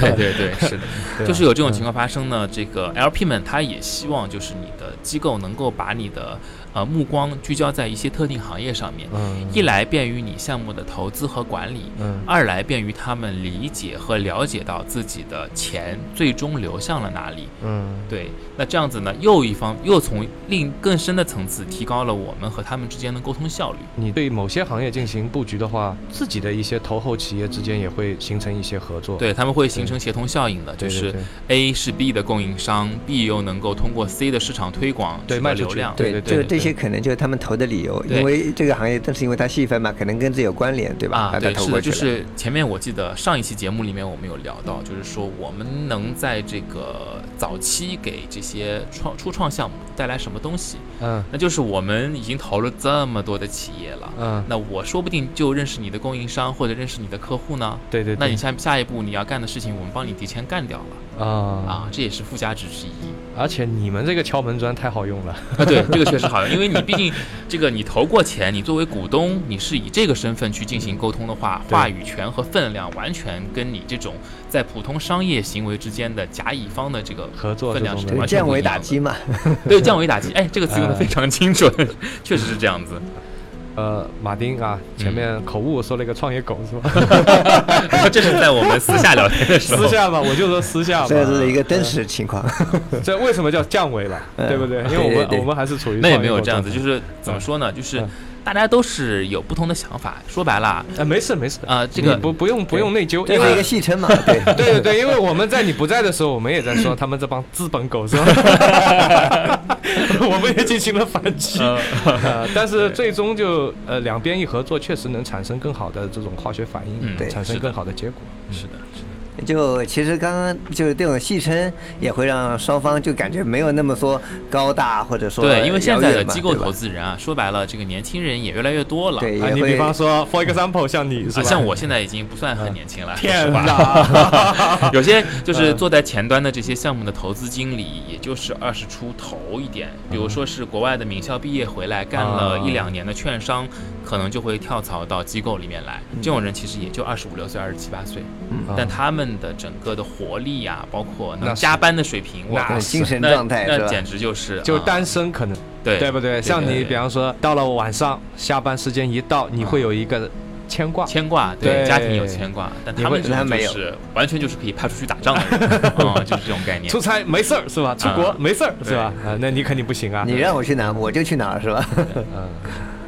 [SPEAKER 4] 对对对对，是的，
[SPEAKER 2] [laughs] 对啊
[SPEAKER 4] 就是有这种情况发生呢。这个 LP 们他也希望就是你的机构能够把你的呃目光聚焦在一些特定行业上面，
[SPEAKER 2] 嗯
[SPEAKER 4] 一来便于你项目的投资和管理，
[SPEAKER 2] 嗯
[SPEAKER 4] 二来便于他们理解和了解到自己的钱最终流向了哪里。
[SPEAKER 2] 嗯，
[SPEAKER 4] 对，那这样子呢，又一方又从另更深的层次提高了我们和他们之间的沟通效率。
[SPEAKER 2] 你对某些行业进行布局的话，自己的一些投后企业之间也会形成一些合作。
[SPEAKER 4] 对，他们会形成协同效应的，就
[SPEAKER 2] 哦对，对
[SPEAKER 4] 是
[SPEAKER 2] 对
[SPEAKER 4] A 是 B 的供应商，B 又能够通过 C 的市场推广
[SPEAKER 2] 对
[SPEAKER 4] 取
[SPEAKER 2] 卖
[SPEAKER 4] 得
[SPEAKER 2] 出去
[SPEAKER 4] 流量。
[SPEAKER 2] 对对对
[SPEAKER 3] 就是
[SPEAKER 2] 对
[SPEAKER 3] 这些可能就是他们投的理由，
[SPEAKER 4] 对
[SPEAKER 3] 因为这个行业正是因为它细分嘛，可能跟这有关联，对吧？
[SPEAKER 4] 啊，
[SPEAKER 3] 把它
[SPEAKER 4] 对，
[SPEAKER 3] 投
[SPEAKER 4] 是
[SPEAKER 3] 过
[SPEAKER 4] 的，
[SPEAKER 3] 去
[SPEAKER 4] 就
[SPEAKER 3] 了。
[SPEAKER 4] 是前面我记得上一期节目里面我们有聊到，就是说我们能在这个早期给这些创初创项目带来什么东西，
[SPEAKER 2] 嗯
[SPEAKER 4] 那就是我们已经投了这么多的企业了，
[SPEAKER 2] 嗯，
[SPEAKER 4] 那我说不定就认识你的供应商或者认识你的客户呢。
[SPEAKER 2] 对对。
[SPEAKER 4] 那
[SPEAKER 2] 对
[SPEAKER 4] 你下下一步你要干的事情，我们帮你提前干掉
[SPEAKER 2] 啊
[SPEAKER 4] 了啊，这也是附加值之一
[SPEAKER 2] 而且你们这个敲门砖太好用了。 [laughs]
[SPEAKER 4] 啊。对，这个确实好用，因为你毕竟这个你投过钱，你作为股东，你是以这个身份去进行沟通的话，
[SPEAKER 2] 对
[SPEAKER 4] 话语权和分量完全跟你这种在普通商业行为之间的甲乙方的这个
[SPEAKER 2] 合作
[SPEAKER 4] 分量
[SPEAKER 2] 这
[SPEAKER 4] 是
[SPEAKER 2] 种
[SPEAKER 4] 完全
[SPEAKER 2] 的
[SPEAKER 4] 不
[SPEAKER 3] 对，降
[SPEAKER 4] 一
[SPEAKER 3] 维打
[SPEAKER 4] 样的
[SPEAKER 3] 击，嘛，
[SPEAKER 4] 对降维打击，哎，这个词用的非常清楚， [laughs] 确实是这样子。
[SPEAKER 2] 呃，马丁啊，
[SPEAKER 4] 嗯
[SPEAKER 2] 前面口误说了一个创业狗是
[SPEAKER 4] [laughs]
[SPEAKER 2] 吧？
[SPEAKER 4] 这是在我们私下聊天的时候，
[SPEAKER 2] 私下吧，我就说私下吧。
[SPEAKER 3] [laughs] 这是
[SPEAKER 4] 嗯
[SPEAKER 3] 一个真实情况。
[SPEAKER 2] 这为什么叫降维了？对不对？因为我
[SPEAKER 3] 对对
[SPEAKER 2] 们
[SPEAKER 3] 对
[SPEAKER 2] 我们还是处于
[SPEAKER 4] 那也没
[SPEAKER 2] 创
[SPEAKER 4] 有
[SPEAKER 2] 业
[SPEAKER 4] 这样子，
[SPEAKER 2] 过
[SPEAKER 4] 就
[SPEAKER 2] 程
[SPEAKER 4] 是怎么说呢？就是
[SPEAKER 2] 嗯
[SPEAKER 4] 大家都是有不同的想法。说白了啊，
[SPEAKER 2] 哎，没事没事，
[SPEAKER 4] 呃，这个
[SPEAKER 2] 你不不用不用内疚，
[SPEAKER 3] 这
[SPEAKER 2] 因
[SPEAKER 3] 是一
[SPEAKER 2] 为
[SPEAKER 3] 个戏
[SPEAKER 4] [laughs]
[SPEAKER 3] 称嘛，对
[SPEAKER 2] [laughs] 对对对，因为我们在你不在的时候，我们也在说他们这帮资本狗
[SPEAKER 3] [laughs]
[SPEAKER 2] 是吧？我们也进行了反
[SPEAKER 4] [laughs]
[SPEAKER 2] 击，
[SPEAKER 4] 嗯
[SPEAKER 2] 呃但是最终就呃两边一合作，确实能产生更好的这种化学反应
[SPEAKER 4] 嗯，
[SPEAKER 3] 对
[SPEAKER 2] 产生
[SPEAKER 4] 是的
[SPEAKER 2] 更好的结果。
[SPEAKER 4] 是的，是
[SPEAKER 3] [laughs]
[SPEAKER 4] 的，
[SPEAKER 3] 就其实刚刚就是这种戏称也会让双方就感觉没有那么说高大或者说
[SPEAKER 4] 对，因为现在
[SPEAKER 3] 遥
[SPEAKER 4] 的
[SPEAKER 3] 远嘛
[SPEAKER 4] 机构
[SPEAKER 3] 对吧
[SPEAKER 4] 投资人啊，说白了，这个年轻人也越来越多了。
[SPEAKER 3] 对
[SPEAKER 2] 啊，
[SPEAKER 3] 也
[SPEAKER 2] 你比
[SPEAKER 3] 会
[SPEAKER 2] 方说，for example，像你是
[SPEAKER 4] 啊，
[SPEAKER 2] 吧？
[SPEAKER 4] 像我现在已经不算
[SPEAKER 3] 嗯
[SPEAKER 4] 很年轻了，
[SPEAKER 2] [laughs] 天
[SPEAKER 4] 是吧？
[SPEAKER 2] 哪，
[SPEAKER 4] [laughs] 有些
[SPEAKER 3] 嗯
[SPEAKER 4] 就是坐在前端的这些项目的投资经理，也就是二十出头一点，比如
[SPEAKER 3] 嗯
[SPEAKER 4] 说是国外的名校毕业回来，干
[SPEAKER 3] 啊
[SPEAKER 4] 了一两年的券商，可能就会跳槽到机构里面来。
[SPEAKER 3] 嗯
[SPEAKER 4] 这种人其实也就二十五六岁、二十七八岁，
[SPEAKER 3] 啊
[SPEAKER 4] 但他们的整个的活力呀、包括
[SPEAKER 2] 那
[SPEAKER 4] 能
[SPEAKER 2] 是
[SPEAKER 4] 加班的水平，哇
[SPEAKER 2] 那，是
[SPEAKER 3] 精神
[SPEAKER 4] 啊那
[SPEAKER 3] 状态是
[SPEAKER 4] 那
[SPEAKER 3] 吧？
[SPEAKER 4] 简直就是
[SPEAKER 2] [laughs] 就
[SPEAKER 4] 啊
[SPEAKER 2] 单身可能
[SPEAKER 4] 对
[SPEAKER 2] 对不对？像你，
[SPEAKER 4] 对啊
[SPEAKER 2] 比方说到了晚上下班时间一到，你会有一个牵挂，
[SPEAKER 4] 牵挂，对
[SPEAKER 2] 对
[SPEAKER 4] 家庭有牵挂，但他们
[SPEAKER 3] 你会他
[SPEAKER 4] 这种
[SPEAKER 3] 没
[SPEAKER 4] 就
[SPEAKER 3] 有
[SPEAKER 4] 是完全就是可以派出去打仗的
[SPEAKER 3] [laughs]
[SPEAKER 4] 人，嗯，就是这种概念
[SPEAKER 2] 出。差没事儿是吧？出国
[SPEAKER 4] 啊
[SPEAKER 2] 没事儿是
[SPEAKER 4] 对
[SPEAKER 2] 吧？啊，那你肯定不行啊。
[SPEAKER 3] 你让我去哪我就去哪儿是吧？
[SPEAKER 2] 嗯。
[SPEAKER 3] [laughs]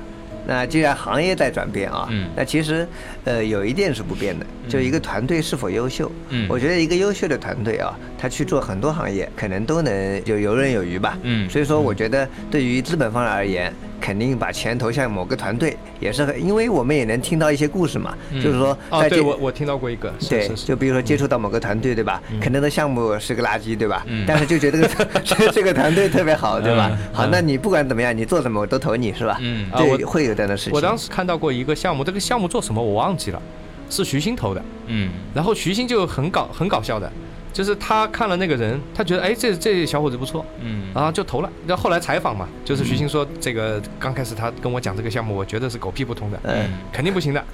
[SPEAKER 3] 那既然行业在转变啊，
[SPEAKER 4] 嗯
[SPEAKER 3] 那其实，呃，有一点是不变的，就一个团队是否优秀。
[SPEAKER 4] 嗯
[SPEAKER 3] 我觉得一个优秀的团队啊，他去做很多行业，可能都能就游刃有余吧。
[SPEAKER 4] 嗯
[SPEAKER 3] 所以说我觉得对于资本方而言，肯定把钱投向某个团队也是很，因为我们也能听到一些故事嘛，
[SPEAKER 4] 嗯
[SPEAKER 3] 就是说
[SPEAKER 2] 哦，
[SPEAKER 3] 在这
[SPEAKER 2] 对我我听到过一个，是
[SPEAKER 3] 对
[SPEAKER 2] 是，嗯是
[SPEAKER 3] 就比如说接触到某个团队，对吧？可能的项目是个垃圾，对吧
[SPEAKER 4] 嗯？
[SPEAKER 3] 但是就觉得这个 [laughs] 这个团队特别好，对吧
[SPEAKER 4] 嗯？
[SPEAKER 3] 好，那你不管怎么样，你做什么我都投你是吧？
[SPEAKER 4] 嗯
[SPEAKER 2] 啊
[SPEAKER 3] 对，
[SPEAKER 2] 我
[SPEAKER 3] 会有这样的事情。
[SPEAKER 2] 我当时看到过一个项目，这个项目做什么我忘记了，是徐新投的。
[SPEAKER 4] 嗯
[SPEAKER 2] 然后徐新就很搞很搞笑的，就是他看了那个人，他觉得哎这这小伙子不错，
[SPEAKER 4] 嗯
[SPEAKER 3] 啊
[SPEAKER 2] 然后啊就投了。然后后来采访嘛，就是徐新说这个刚开始他跟我讲这个项目，我觉得是狗屁不通的，
[SPEAKER 3] 嗯，
[SPEAKER 4] 嗯
[SPEAKER 2] 肯定不行的。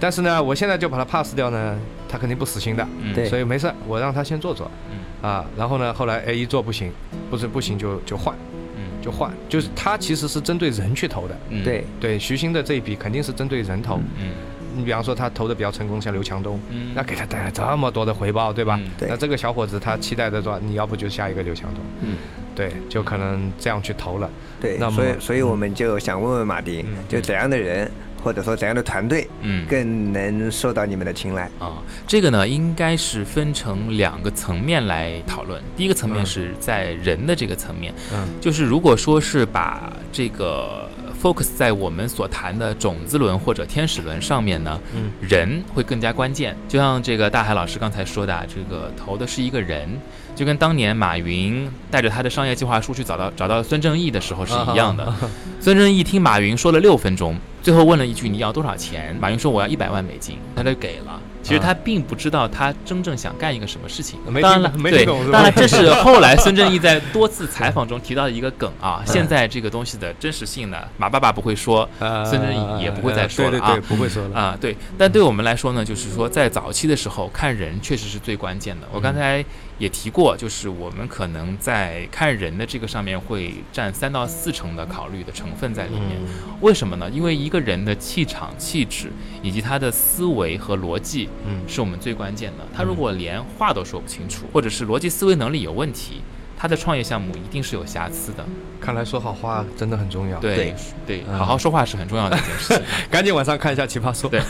[SPEAKER 2] 但是呢，我现在就把它 pass 掉呢，他肯定不死心的，
[SPEAKER 4] 嗯
[SPEAKER 3] 对
[SPEAKER 2] 所以没事儿，我让他先做做，
[SPEAKER 4] 嗯
[SPEAKER 2] 啊，然后呢，后来 A 一做不行，不是不行就就换，
[SPEAKER 4] 嗯
[SPEAKER 2] 就换，就是他其实是针对人去投的，
[SPEAKER 4] 嗯，
[SPEAKER 3] 对，
[SPEAKER 2] 对，徐新的这一笔肯定是针对人投，
[SPEAKER 4] 嗯
[SPEAKER 2] 你比方说他投的比较成功，像刘强东，
[SPEAKER 4] 嗯，
[SPEAKER 2] 那给他带来这么多的回报，对吧？
[SPEAKER 4] 嗯
[SPEAKER 3] 对
[SPEAKER 2] 那这个小伙子他期待的说，你要不就下一个刘强东，
[SPEAKER 4] 嗯，
[SPEAKER 2] 对，就可能这样去投了，
[SPEAKER 3] 对
[SPEAKER 2] 那，么
[SPEAKER 3] 所以所以我们就想问问马迪
[SPEAKER 2] 嗯，
[SPEAKER 3] 就怎样的人或者说怎样的团队
[SPEAKER 4] 嗯
[SPEAKER 3] 更能受到你们的青睐？
[SPEAKER 4] 啊，这个呢，应该是分成两个层面来讨论。第一个层面
[SPEAKER 2] 嗯
[SPEAKER 4] 是在人的这个层面，
[SPEAKER 2] 嗯，
[SPEAKER 4] 就是如果说是把这个 focus 在我们所谈的种子轮或者天使轮上面呢，
[SPEAKER 2] 嗯，
[SPEAKER 4] 人会更加关键。就像这个大海老师刚才说的啊，这个投的是一个人，就跟当年马云带着他的商业计划书去找到找到孙正义的时候是一样的。孙正义听马云说了六分钟，最后问了一句：“你要多少钱？”马云说：“我要一百万美金。”他就给了。其实他并不知道他真正想干一个什么事情。
[SPEAKER 2] 没
[SPEAKER 4] 当然
[SPEAKER 2] 听
[SPEAKER 4] 了，
[SPEAKER 2] 没
[SPEAKER 4] 对
[SPEAKER 2] 听懂是吧
[SPEAKER 4] 当然
[SPEAKER 2] [laughs]
[SPEAKER 4] 这是后来孙正义在多次采访中提到的一个梗啊。
[SPEAKER 2] 嗯
[SPEAKER 4] 现在这个东西的真实性呢，马爸爸不会说，
[SPEAKER 2] [laughs] 呃
[SPEAKER 4] 孙正义也不会再说了啊
[SPEAKER 2] 对对对，不会说了。
[SPEAKER 4] 啊，对。但对我们来说呢，就是说在早期的时候看人确实是最关键的。我
[SPEAKER 2] 嗯
[SPEAKER 4] 刚才也提过，就是我们可能在看人的这个上面会占三到四成的考虑的成分在里面。
[SPEAKER 2] 嗯
[SPEAKER 4] 为什么呢？因为一个人的气场、气质以及他的思维和逻辑
[SPEAKER 2] 嗯
[SPEAKER 4] 是我们最关键的。他如果连话都说不清楚，或者是逻辑思维能力有问题，他的创业项目一定是有瑕疵的。
[SPEAKER 2] 看来说好话真的很重要。，
[SPEAKER 4] 对对，好好说话是很重要的一件事情。
[SPEAKER 2] [laughs] 赶紧晚上看一下《奇葩说》。
[SPEAKER 4] 对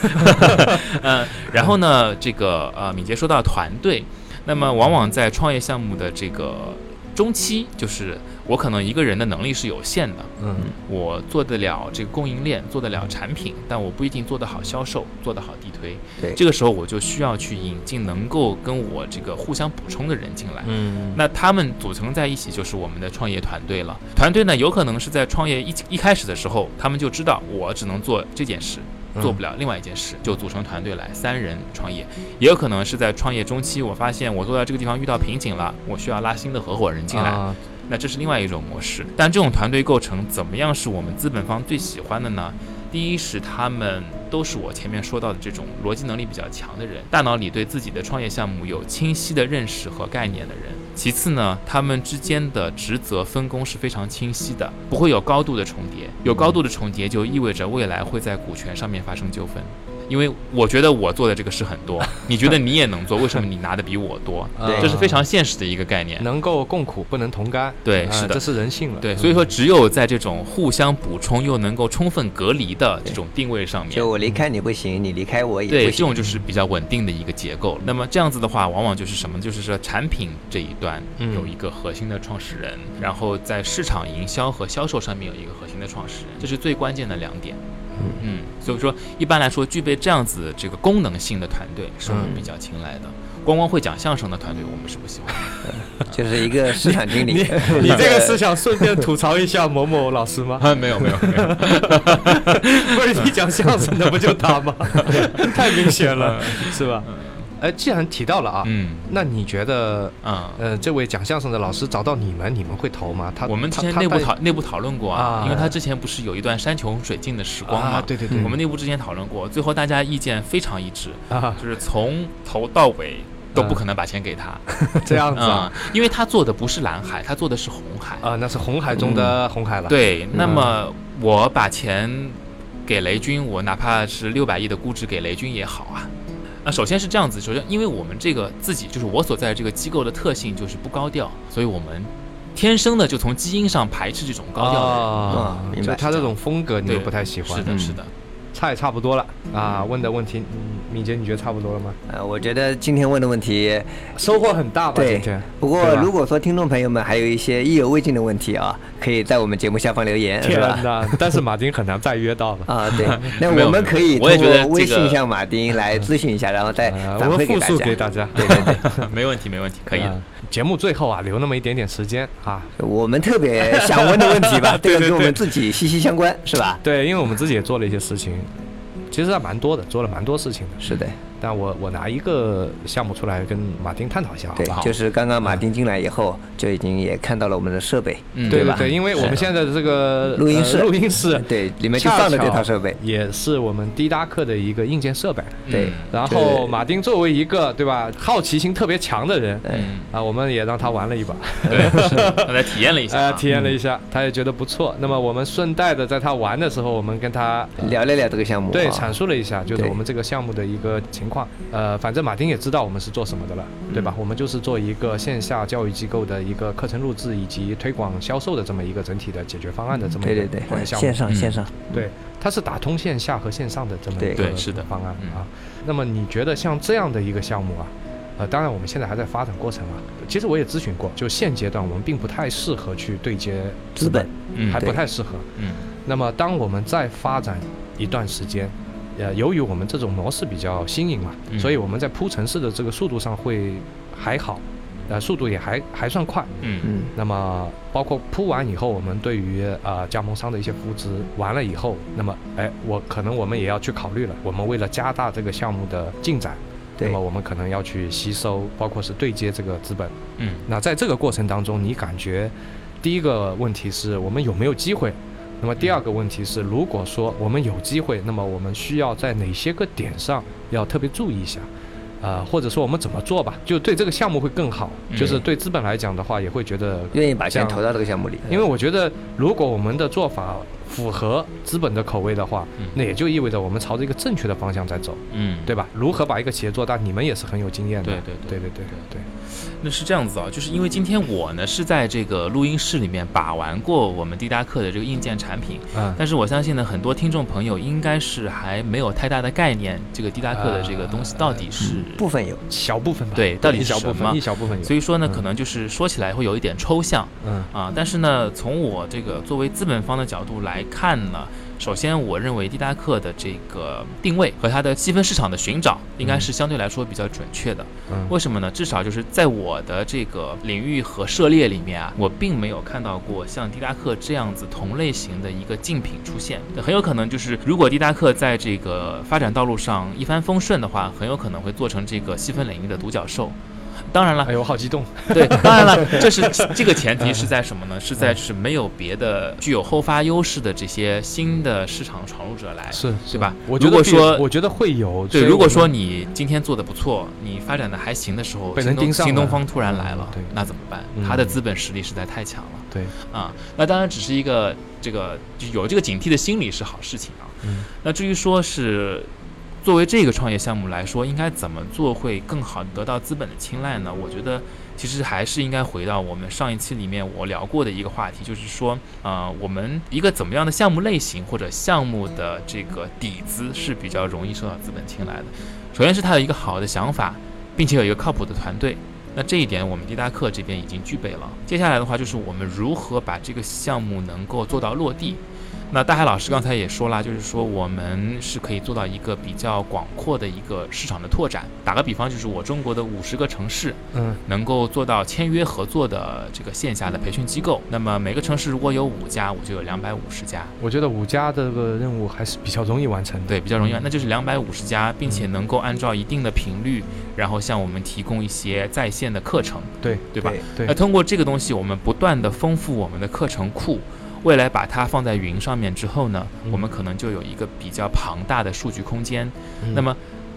[SPEAKER 4] 嗯，然后呢，这个呃，敏捷说到团队，那么往往在创业项目的这个中期，就是我可能一个人的能力是有限的，
[SPEAKER 2] 嗯
[SPEAKER 4] 我做得了这个供应链，做得了产品，但我不一定做得好销售，做得好地推。
[SPEAKER 3] 对
[SPEAKER 4] 这个时候我就需要去引进能够跟我这个互相补充的人进来。
[SPEAKER 2] 嗯
[SPEAKER 4] 那他们组成在一起就是我们的创业团队了。团队呢，有可能是在创业一一开始的时候，他们就知道我只能做这件事，
[SPEAKER 2] 嗯
[SPEAKER 4] 做不了另外一件事，就组成团队来三人创业。也有可能是在创业中期，我发现我做到这个地方遇到瓶颈了，我需要拉新的合伙人进来，
[SPEAKER 2] 啊
[SPEAKER 4] 那这是另外一种模式。但这种团队构成怎么样是我们资本方最喜欢的呢？第一是他们都是我前面说到的这种逻辑能力比较强的人，大脑里对自己的创业项目有清晰的认识和概念的人。其次呢，他们之间的职责分工是非常清晰的，不会有高度的重叠。有高度的重叠就意味着未来会在股权上面发生纠纷。因为我觉得我做的这个事很多，你觉得你也能做，为什么你拿的比我多？
[SPEAKER 3] 对
[SPEAKER 4] 这是非常现实的一个概念。
[SPEAKER 2] 啊能够共苦不能同甘。
[SPEAKER 4] 对
[SPEAKER 2] 啊
[SPEAKER 4] 是的
[SPEAKER 2] 这是人性了。
[SPEAKER 4] 对，
[SPEAKER 2] 嗯
[SPEAKER 4] 所以说只有在这种互相补充又能够充分隔离的这种定位上面，
[SPEAKER 3] 就我离开你不行，你离开我也
[SPEAKER 4] 对
[SPEAKER 3] 不
[SPEAKER 4] 这
[SPEAKER 3] 行。
[SPEAKER 4] 种就是比较稳定的一个结构。那么这样子的话，往往就是什么？就是说产品这一端
[SPEAKER 2] 嗯
[SPEAKER 4] 有一个核心的创始人，然后在市场营销和销售上面有一个核心的创始人，这是最关键的两点。嗯，所以说一般来说，具备这样子这个功能性的团队是我们
[SPEAKER 2] 嗯
[SPEAKER 4] 比较青睐的。光光会讲相声的团队，我们是不喜欢的。
[SPEAKER 3] 就是一个市场经理，
[SPEAKER 2] [laughs] 你这个是想顺便吐槽一下某某老师
[SPEAKER 4] [laughs]
[SPEAKER 2] 吗？
[SPEAKER 4] 啊， [laughs] 没有没有没有，
[SPEAKER 2] 不是你讲相声的不就他
[SPEAKER 4] [laughs]
[SPEAKER 2] 吗？太明显了，是吧？哎，既然提到了啊，
[SPEAKER 4] 嗯
[SPEAKER 2] 那你觉得
[SPEAKER 4] 啊。
[SPEAKER 2] 呃，这位讲相声的老师找到你们，你们会投吗？他
[SPEAKER 4] 我们之
[SPEAKER 2] 他
[SPEAKER 4] 前
[SPEAKER 2] 他
[SPEAKER 4] 内部
[SPEAKER 2] 带
[SPEAKER 4] 讨内部讨论过啊，
[SPEAKER 2] 啊
[SPEAKER 4] 因为他之前不是有一段山穷水尽的时光嘛、嗯
[SPEAKER 2] 啊对对对
[SPEAKER 4] 我们内部之前讨论过，最后大家意见非常一致，
[SPEAKER 2] 啊，
[SPEAKER 4] 就是从头到尾都不可能把钱给他，
[SPEAKER 2] 嗯这样子啊
[SPEAKER 4] 嗯，因为他做的不是蓝海，他做的是红海。
[SPEAKER 2] 啊，嗯那是红海中的红海了。，
[SPEAKER 4] 嗯对，那么我把钱给雷军，我哪怕是六百亿的估值给雷军也好啊。那首先是这样子，首先因为我们这个自己就是我所在的这个机构的特性就是不高调，所以我们天生的就从基因上排斥这种高调的人。
[SPEAKER 2] 啊
[SPEAKER 3] 嗯，明
[SPEAKER 2] 就
[SPEAKER 3] 白
[SPEAKER 2] 他这种风格你
[SPEAKER 4] 对
[SPEAKER 2] 又不太喜欢嗯
[SPEAKER 4] 是。的，是的， [laughs]
[SPEAKER 2] 差也差不多了啊，问的问题，嗯敏捷你觉得差不多了吗？
[SPEAKER 3] 呃，我觉得今天问的问题，
[SPEAKER 2] 收获很大吧？今
[SPEAKER 3] 对
[SPEAKER 2] 天。
[SPEAKER 3] 不
[SPEAKER 2] 对
[SPEAKER 3] 过
[SPEAKER 2] 吧
[SPEAKER 3] 如果说听众朋友们还有一些意犹未尽的问题啊，可以在我们节目下方留言，是
[SPEAKER 2] 天
[SPEAKER 3] 吧？
[SPEAKER 2] 呐，但是马丁很难再约到
[SPEAKER 3] [laughs]
[SPEAKER 2] 了。
[SPEAKER 3] 啊，
[SPEAKER 2] [laughs]
[SPEAKER 3] 对，那
[SPEAKER 4] 没有
[SPEAKER 3] 我们可以
[SPEAKER 4] 我也
[SPEAKER 3] 通
[SPEAKER 4] 觉得
[SPEAKER 3] 过微
[SPEAKER 4] 这个
[SPEAKER 3] 信向马丁来咨询一下，然
[SPEAKER 2] [laughs]
[SPEAKER 3] 后再
[SPEAKER 2] 呃
[SPEAKER 3] 反
[SPEAKER 2] 我
[SPEAKER 3] 馈
[SPEAKER 2] 们
[SPEAKER 3] 给
[SPEAKER 2] 复
[SPEAKER 3] 大
[SPEAKER 2] 述
[SPEAKER 3] 家。
[SPEAKER 2] 给大家。
[SPEAKER 3] 对对对，
[SPEAKER 4] 没问题，没问题， [laughs] 可以的
[SPEAKER 2] 啊。节目最后啊，留那么一点点时间啊。
[SPEAKER 3] 我们特别想问的问
[SPEAKER 2] [laughs]
[SPEAKER 3] 题吧，这
[SPEAKER 2] 对对
[SPEAKER 3] 个跟我
[SPEAKER 2] 对
[SPEAKER 3] 们自己息息相关，是吧？
[SPEAKER 2] 对，因为我们自己也做了一些事情，其实还蛮多的，做了蛮多事情的。
[SPEAKER 3] 是的，
[SPEAKER 2] 但我我拿一个项目出来跟马丁探讨一下，好
[SPEAKER 3] 对
[SPEAKER 2] 不好？，
[SPEAKER 3] 就是刚刚马丁进来以后，就已经也看到了我们的设备，
[SPEAKER 4] 嗯
[SPEAKER 2] 对
[SPEAKER 3] 吧？
[SPEAKER 2] 对，因为我们现在的这个
[SPEAKER 3] 录音
[SPEAKER 2] 呃
[SPEAKER 3] 室
[SPEAKER 2] 录音室
[SPEAKER 3] 对，里面就放了这套设备，，
[SPEAKER 2] [laughs] 也是我们滴答课的一个硬件设备。
[SPEAKER 3] 对
[SPEAKER 4] 嗯
[SPEAKER 2] 然
[SPEAKER 3] 对对
[SPEAKER 2] 后
[SPEAKER 3] 对
[SPEAKER 2] 马丁作为一个对吧好奇心特别强的人
[SPEAKER 3] 呃
[SPEAKER 4] 嗯，
[SPEAKER 2] 啊，我们也让他玩了一把，
[SPEAKER 4] 对，让他体验了一下
[SPEAKER 2] 呃，
[SPEAKER 4] 啊，
[SPEAKER 2] 体验了一
[SPEAKER 3] 嗯
[SPEAKER 2] 下，他也觉得不错。那么我们顺带的在他玩的时候，我们跟他
[SPEAKER 3] 聊了聊这个项目啊，
[SPEAKER 2] 对阐述了一下，就是
[SPEAKER 3] 对
[SPEAKER 2] 我们这个项目的一个情况。呃，反正马丁也知道我们是做什么的了，
[SPEAKER 3] 嗯
[SPEAKER 2] 对吧？我们就是做一个线下教育机构的一个课程录制以及推广销售的这么一个整体的解决方案的这么
[SPEAKER 3] 对
[SPEAKER 2] 一个
[SPEAKER 3] 嗯对对
[SPEAKER 2] 关于，项目
[SPEAKER 3] 线上
[SPEAKER 4] 嗯
[SPEAKER 3] 线上，
[SPEAKER 2] 对，它是打通线下和线上的这么一
[SPEAKER 3] 对
[SPEAKER 2] 个
[SPEAKER 4] 对是的
[SPEAKER 2] 方案
[SPEAKER 4] 嗯
[SPEAKER 2] 啊。那么你觉得像这样的一个项目啊，呃，当然我们现在还在发展过程啊。其实我也咨询过，就现阶段我们并不太适合去对接
[SPEAKER 3] 资本，
[SPEAKER 4] 嗯
[SPEAKER 2] 还不
[SPEAKER 3] 对
[SPEAKER 2] 太适合。
[SPEAKER 4] 嗯
[SPEAKER 2] 那么当我们再发展一段时间。呃，由于我们这种模式比较新颖嘛，
[SPEAKER 4] 嗯
[SPEAKER 2] 所以我们在铺城市的这个速度上会还好，呃，速度也还还算快。
[SPEAKER 4] 嗯
[SPEAKER 3] 嗯，
[SPEAKER 2] 那么包括铺完以后，我们对于呃加盟商的一些扶持完了以后，那么哎，我可能我们也要去考虑了，我们为了加大这个项目的进展，那
[SPEAKER 3] 对
[SPEAKER 2] 么，我们可能要去吸收，包括是对接这个资本。
[SPEAKER 4] 嗯
[SPEAKER 2] 那在这个过程当中，你感觉第一个问题是我们有没有机会？那么第二个问题是，如果说我们有机会，那么我们需要在哪些个点上要特别注意一下？呃，或者说我们怎么做吧，就对这个项目会更好，就是
[SPEAKER 4] 嗯
[SPEAKER 2] 对资本来讲的话，也会觉得
[SPEAKER 3] 愿意把钱
[SPEAKER 2] 这样
[SPEAKER 3] 投到这个项目里，
[SPEAKER 2] 因为我觉得，如果我们的做法符合资本的口味的话
[SPEAKER 4] 嗯，
[SPEAKER 2] 那也就意味着我们朝着一个正确的方向在走，
[SPEAKER 4] 嗯，
[SPEAKER 2] 对吧？如何把一个企业做大，你们也是很有经验的。
[SPEAKER 4] 对对对
[SPEAKER 2] 对对对对
[SPEAKER 4] 那是这样子啊，就是因为今天我呢是在这个录音室里面把玩过我们滴答课的这个硬件产品，
[SPEAKER 2] 嗯，
[SPEAKER 4] 但是我相信呢，很多听众朋友应该是还没有太大的概念，这个滴答课的这个东西到底是。
[SPEAKER 2] 嗯
[SPEAKER 3] 部分有，
[SPEAKER 2] 小部分吧。
[SPEAKER 4] 对到底
[SPEAKER 2] 一
[SPEAKER 4] 是
[SPEAKER 2] 小部
[SPEAKER 4] 什么
[SPEAKER 2] 分，一小部分有。
[SPEAKER 4] 所以说呢，
[SPEAKER 2] 嗯
[SPEAKER 4] 可能就是说起来会有一点抽象
[SPEAKER 2] 嗯
[SPEAKER 4] 啊，但是呢，从我这个作为资本方的角度来看呢，首先我认为滴答课的这个定位和它的细分市场的寻找，应该是相对来说比较准确的。
[SPEAKER 2] 嗯
[SPEAKER 4] 为什么呢？至少就是在我的这个领域和涉猎里面啊，我并没有看到过像滴答课这样子同类型的一个竞品出现。很有可能就是，如果滴答课在这个发展道路上一帆风顺的话，很有可能会做成这个细分领域的独角兽。当然了
[SPEAKER 2] 哎，呦，我好激动。
[SPEAKER 4] [laughs] 对，当
[SPEAKER 2] [laughs]
[SPEAKER 4] 然了，这是这个前提是在什么呢？是在是没有别的具有后发优势的这些新的市场闯入者来
[SPEAKER 2] 哎是
[SPEAKER 4] 对吧
[SPEAKER 2] 我
[SPEAKER 4] 如
[SPEAKER 2] 觉得
[SPEAKER 4] 果
[SPEAKER 2] 必
[SPEAKER 4] 说
[SPEAKER 2] 我觉得会有。所
[SPEAKER 4] 对，
[SPEAKER 2] 以
[SPEAKER 4] 如果
[SPEAKER 2] 我们
[SPEAKER 4] 说你今天做的不错，你发展的还行的时候，
[SPEAKER 2] 被
[SPEAKER 4] 新
[SPEAKER 2] 人
[SPEAKER 4] 东
[SPEAKER 2] 盯上
[SPEAKER 4] 新东
[SPEAKER 2] 了
[SPEAKER 4] 方突然来了
[SPEAKER 2] 嗯对，
[SPEAKER 4] 那怎么办？
[SPEAKER 2] 嗯
[SPEAKER 4] 他的资本实力实在太强了
[SPEAKER 2] 对，
[SPEAKER 4] 啊！那当然只是一个这个就有这个警惕的心理是好事情啊。
[SPEAKER 2] 嗯
[SPEAKER 4] 那至于说是作为这个创业项目来说，应该怎么做会更好地得到资本的青睐呢？我觉得其实还是应该回到我们上一期里面我聊过的一个话题，就是说，呃，我们一个怎么样的项目类型或者项目的这个底子是比较容易受到资本青睐的。首先是他有一个好的想法，并且有一个靠谱的团队。那这一点我们滴答课这边已经具备了。接下来的话就是我们如何把这个项目能够做到落地。那大海老师刚才也说了，就是说我们是可以做到一个比较广阔的一个市场的拓展。打个比方，就是我中国的五十个城市，
[SPEAKER 2] 嗯
[SPEAKER 4] 能够做到签约合作的这个线下的培训机构。那么每个城市如果有五家，我就有两百五十家，
[SPEAKER 2] 我觉得五家这个任务还是比较容易完成的。嗯
[SPEAKER 4] 对，比较容易，啊那就是两百五十家，并且能够按照一定的频率，然后向我们提供一些在线的课程，
[SPEAKER 2] 对
[SPEAKER 4] 对吧？
[SPEAKER 2] 对
[SPEAKER 4] 那通过这个东西，我们不断的丰富我们的课程库。未来把它放在云上面之后呢，
[SPEAKER 2] 嗯
[SPEAKER 4] 我们可能就有一个比较庞大的数据空间。
[SPEAKER 2] 嗯
[SPEAKER 4] 那么，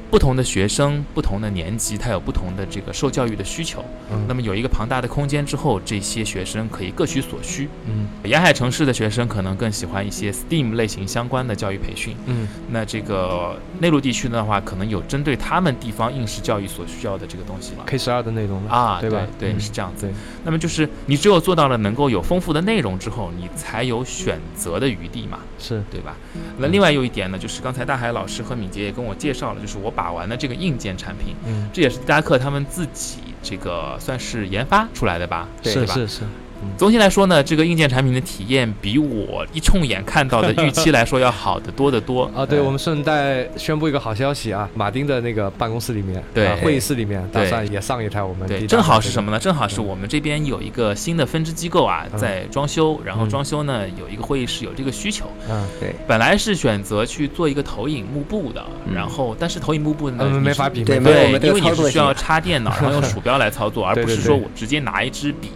[SPEAKER 4] 不同的学生、不同的年级，他有不同的这个受教育的需求。
[SPEAKER 2] 嗯
[SPEAKER 4] 那么有一个庞大的空间之后，这些学生可以各取所需。
[SPEAKER 2] 嗯
[SPEAKER 4] 沿海城市的学生可能更喜欢一些 STEAM 类型相关的教育培训。
[SPEAKER 2] 嗯
[SPEAKER 4] 那这个内陆地区的话，可能有针对他们地方应试教育所需要的这个东西了。
[SPEAKER 2] K 十二的内容了。
[SPEAKER 4] 啊，
[SPEAKER 2] 对吧
[SPEAKER 4] 对，
[SPEAKER 2] 嗯
[SPEAKER 4] 是这样子。
[SPEAKER 2] 对，
[SPEAKER 4] 那么就是你只有做到了能够有丰富的内容之后，你才有选择的余地嘛，
[SPEAKER 2] 是
[SPEAKER 4] 对吧？那另外有一点呢，就是刚才大海老师和敏捷也跟我介绍了，就是我把玩的这个硬件产品，
[SPEAKER 2] 嗯
[SPEAKER 4] 这也是迪达克他们自己这个算是研发出来的吧，
[SPEAKER 2] 是
[SPEAKER 4] 吧？
[SPEAKER 2] 是是，
[SPEAKER 4] 总体来说呢，这个硬件产品的体验比我一冲眼看到的预期来说要好得多得多。哎
[SPEAKER 2] 啊，对，我们顺带宣布一个好消息啊，马丁的那个办公室里面，
[SPEAKER 4] 对
[SPEAKER 2] 啊会议室里面，打
[SPEAKER 4] 对
[SPEAKER 2] 算也上一台我们
[SPEAKER 4] 对，正好是什
[SPEAKER 2] 么？
[SPEAKER 4] 么呢？正好是我们这边有一个新的分支机构啊，
[SPEAKER 2] 嗯
[SPEAKER 4] 在装修，然后
[SPEAKER 2] 嗯
[SPEAKER 4] 装修呢有一个会议室有这个需求，
[SPEAKER 2] 嗯，
[SPEAKER 4] 本来是选择去做一个投影幕布的，
[SPEAKER 3] 嗯
[SPEAKER 4] 然后但是投影幕布呢，
[SPEAKER 2] 嗯，
[SPEAKER 4] 你
[SPEAKER 2] 没
[SPEAKER 4] 是
[SPEAKER 2] 法比，
[SPEAKER 3] 对
[SPEAKER 2] 没
[SPEAKER 3] 没有
[SPEAKER 2] 法比
[SPEAKER 3] 我
[SPEAKER 4] 对
[SPEAKER 3] 们，这
[SPEAKER 4] 因
[SPEAKER 3] 个
[SPEAKER 4] 为你
[SPEAKER 3] 操作
[SPEAKER 4] 是需
[SPEAKER 3] 性
[SPEAKER 4] 要插电脑，
[SPEAKER 2] [laughs]
[SPEAKER 4] 然后用鼠标来操作，而
[SPEAKER 2] 对
[SPEAKER 4] 不
[SPEAKER 2] 对
[SPEAKER 4] 是
[SPEAKER 2] 对
[SPEAKER 4] 说我直接拿一支笔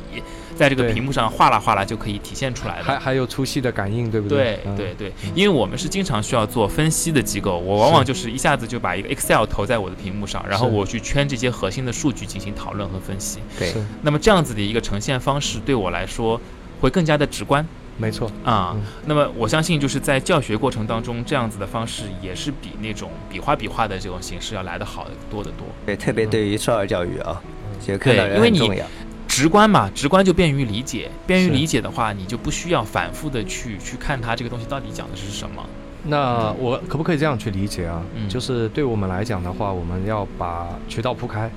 [SPEAKER 4] 在这个
[SPEAKER 2] 对
[SPEAKER 4] 屏幕上哗啦哗啦就可以体现出来
[SPEAKER 2] 还
[SPEAKER 4] 的。
[SPEAKER 2] 还有粗细的感应，对不嗯
[SPEAKER 4] 对
[SPEAKER 2] 对
[SPEAKER 4] 对对，因为我们是经常需要做分析的机构，我往往就是一下子就把一个 Excel 投在我的屏幕上，然后
[SPEAKER 2] 是
[SPEAKER 4] 我去圈这些核心的数据进行讨论和分析。
[SPEAKER 3] 对
[SPEAKER 2] 是
[SPEAKER 4] 那么这样子的一个呈现方式对我来说会更加的直观
[SPEAKER 2] 没错，
[SPEAKER 4] 啊、
[SPEAKER 2] 嗯
[SPEAKER 4] 那么我相信就是在教学过程当中，这样子的方式也是比那种比划比划的这种形式要来的好得多得多。
[SPEAKER 3] 对，特别对于少儿教育啊，就看到
[SPEAKER 4] 嗯对
[SPEAKER 3] 人
[SPEAKER 4] 因为
[SPEAKER 3] 很
[SPEAKER 4] 你
[SPEAKER 3] 重要。
[SPEAKER 4] 直观嘛，直观就便于理解，便于
[SPEAKER 2] 是
[SPEAKER 4] 理解的话，你就不需要反复的去去看它这个东西到底讲的是什么。
[SPEAKER 2] 那我可不可以这样去理解啊？
[SPEAKER 4] 嗯
[SPEAKER 2] 就是对我们来讲的话，我们要把渠道铺开，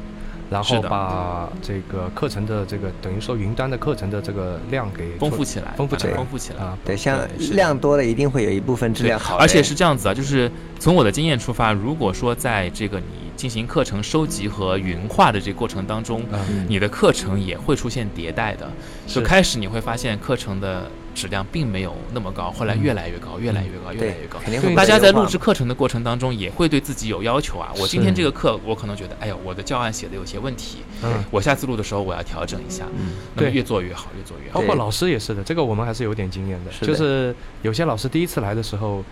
[SPEAKER 2] 然
[SPEAKER 4] 是
[SPEAKER 2] 后
[SPEAKER 4] 的
[SPEAKER 2] 把这个课程的这个等于说云端的课程的这个量给
[SPEAKER 4] 丰富
[SPEAKER 2] 做
[SPEAKER 4] 起来，
[SPEAKER 2] 丰富起
[SPEAKER 4] 把它
[SPEAKER 2] 来
[SPEAKER 4] 丰富起来。
[SPEAKER 2] 啊，
[SPEAKER 3] 对，像
[SPEAKER 4] 对是的
[SPEAKER 3] 量多的一定会有一部分质量好的，
[SPEAKER 4] 而且是这样子啊，就是从我的经验出发，如果说在这个你进行课程收集和云化的这个过程当中，
[SPEAKER 2] 嗯，
[SPEAKER 4] 你的课程也会出现迭代的。就是开始你会发现课程的质量并没有那么高，后来越来越高，越来越高，越
[SPEAKER 3] 嗯对
[SPEAKER 4] 来越高，。
[SPEAKER 3] 肯定会
[SPEAKER 2] 对
[SPEAKER 4] 大家在录制
[SPEAKER 3] 优化嘛
[SPEAKER 4] 课程的过程当中，也会对自己有要求啊。我今天
[SPEAKER 2] 是
[SPEAKER 4] 这个课，我可能觉得，哎呀，我的教案写的有些问题，
[SPEAKER 2] 嗯，
[SPEAKER 4] 我下次录的时候我要调整一下。
[SPEAKER 3] 嗯哦
[SPEAKER 4] 那么
[SPEAKER 2] 对
[SPEAKER 4] 越做越好，越做越好
[SPEAKER 2] 包。括
[SPEAKER 3] 对
[SPEAKER 2] 老师也是的，这个我们还是有点经验的，
[SPEAKER 3] 是的
[SPEAKER 2] 就是有些老师第一次来的时候，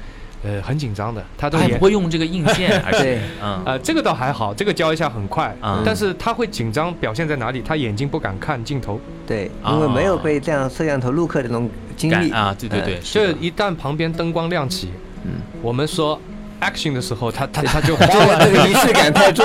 [SPEAKER 2] 呃，很紧张的，他都
[SPEAKER 4] 他还
[SPEAKER 2] 也
[SPEAKER 4] 哎不会用这个硬
[SPEAKER 3] [laughs]
[SPEAKER 4] 件，而且
[SPEAKER 3] 对，啊
[SPEAKER 4] 嗯，
[SPEAKER 2] 呃，这个倒还好，这个教一下很快。
[SPEAKER 4] 啊
[SPEAKER 2] 但是他会紧张，表现在哪里？他眼睛不敢看镜头，
[SPEAKER 3] 对，
[SPEAKER 4] 啊
[SPEAKER 3] 因为没有被这样摄像头录课这种经
[SPEAKER 4] 感
[SPEAKER 3] 历
[SPEAKER 4] 啊，对对对，
[SPEAKER 2] 就是
[SPEAKER 4] 的
[SPEAKER 2] 一旦旁边灯光亮起，
[SPEAKER 3] 嗯，
[SPEAKER 2] 我们说 action 的时候，他他
[SPEAKER 3] [laughs]
[SPEAKER 2] 他就
[SPEAKER 3] 这
[SPEAKER 2] 慌
[SPEAKER 3] 个 [laughs] 这个
[SPEAKER 2] 了，
[SPEAKER 3] 仪式感太重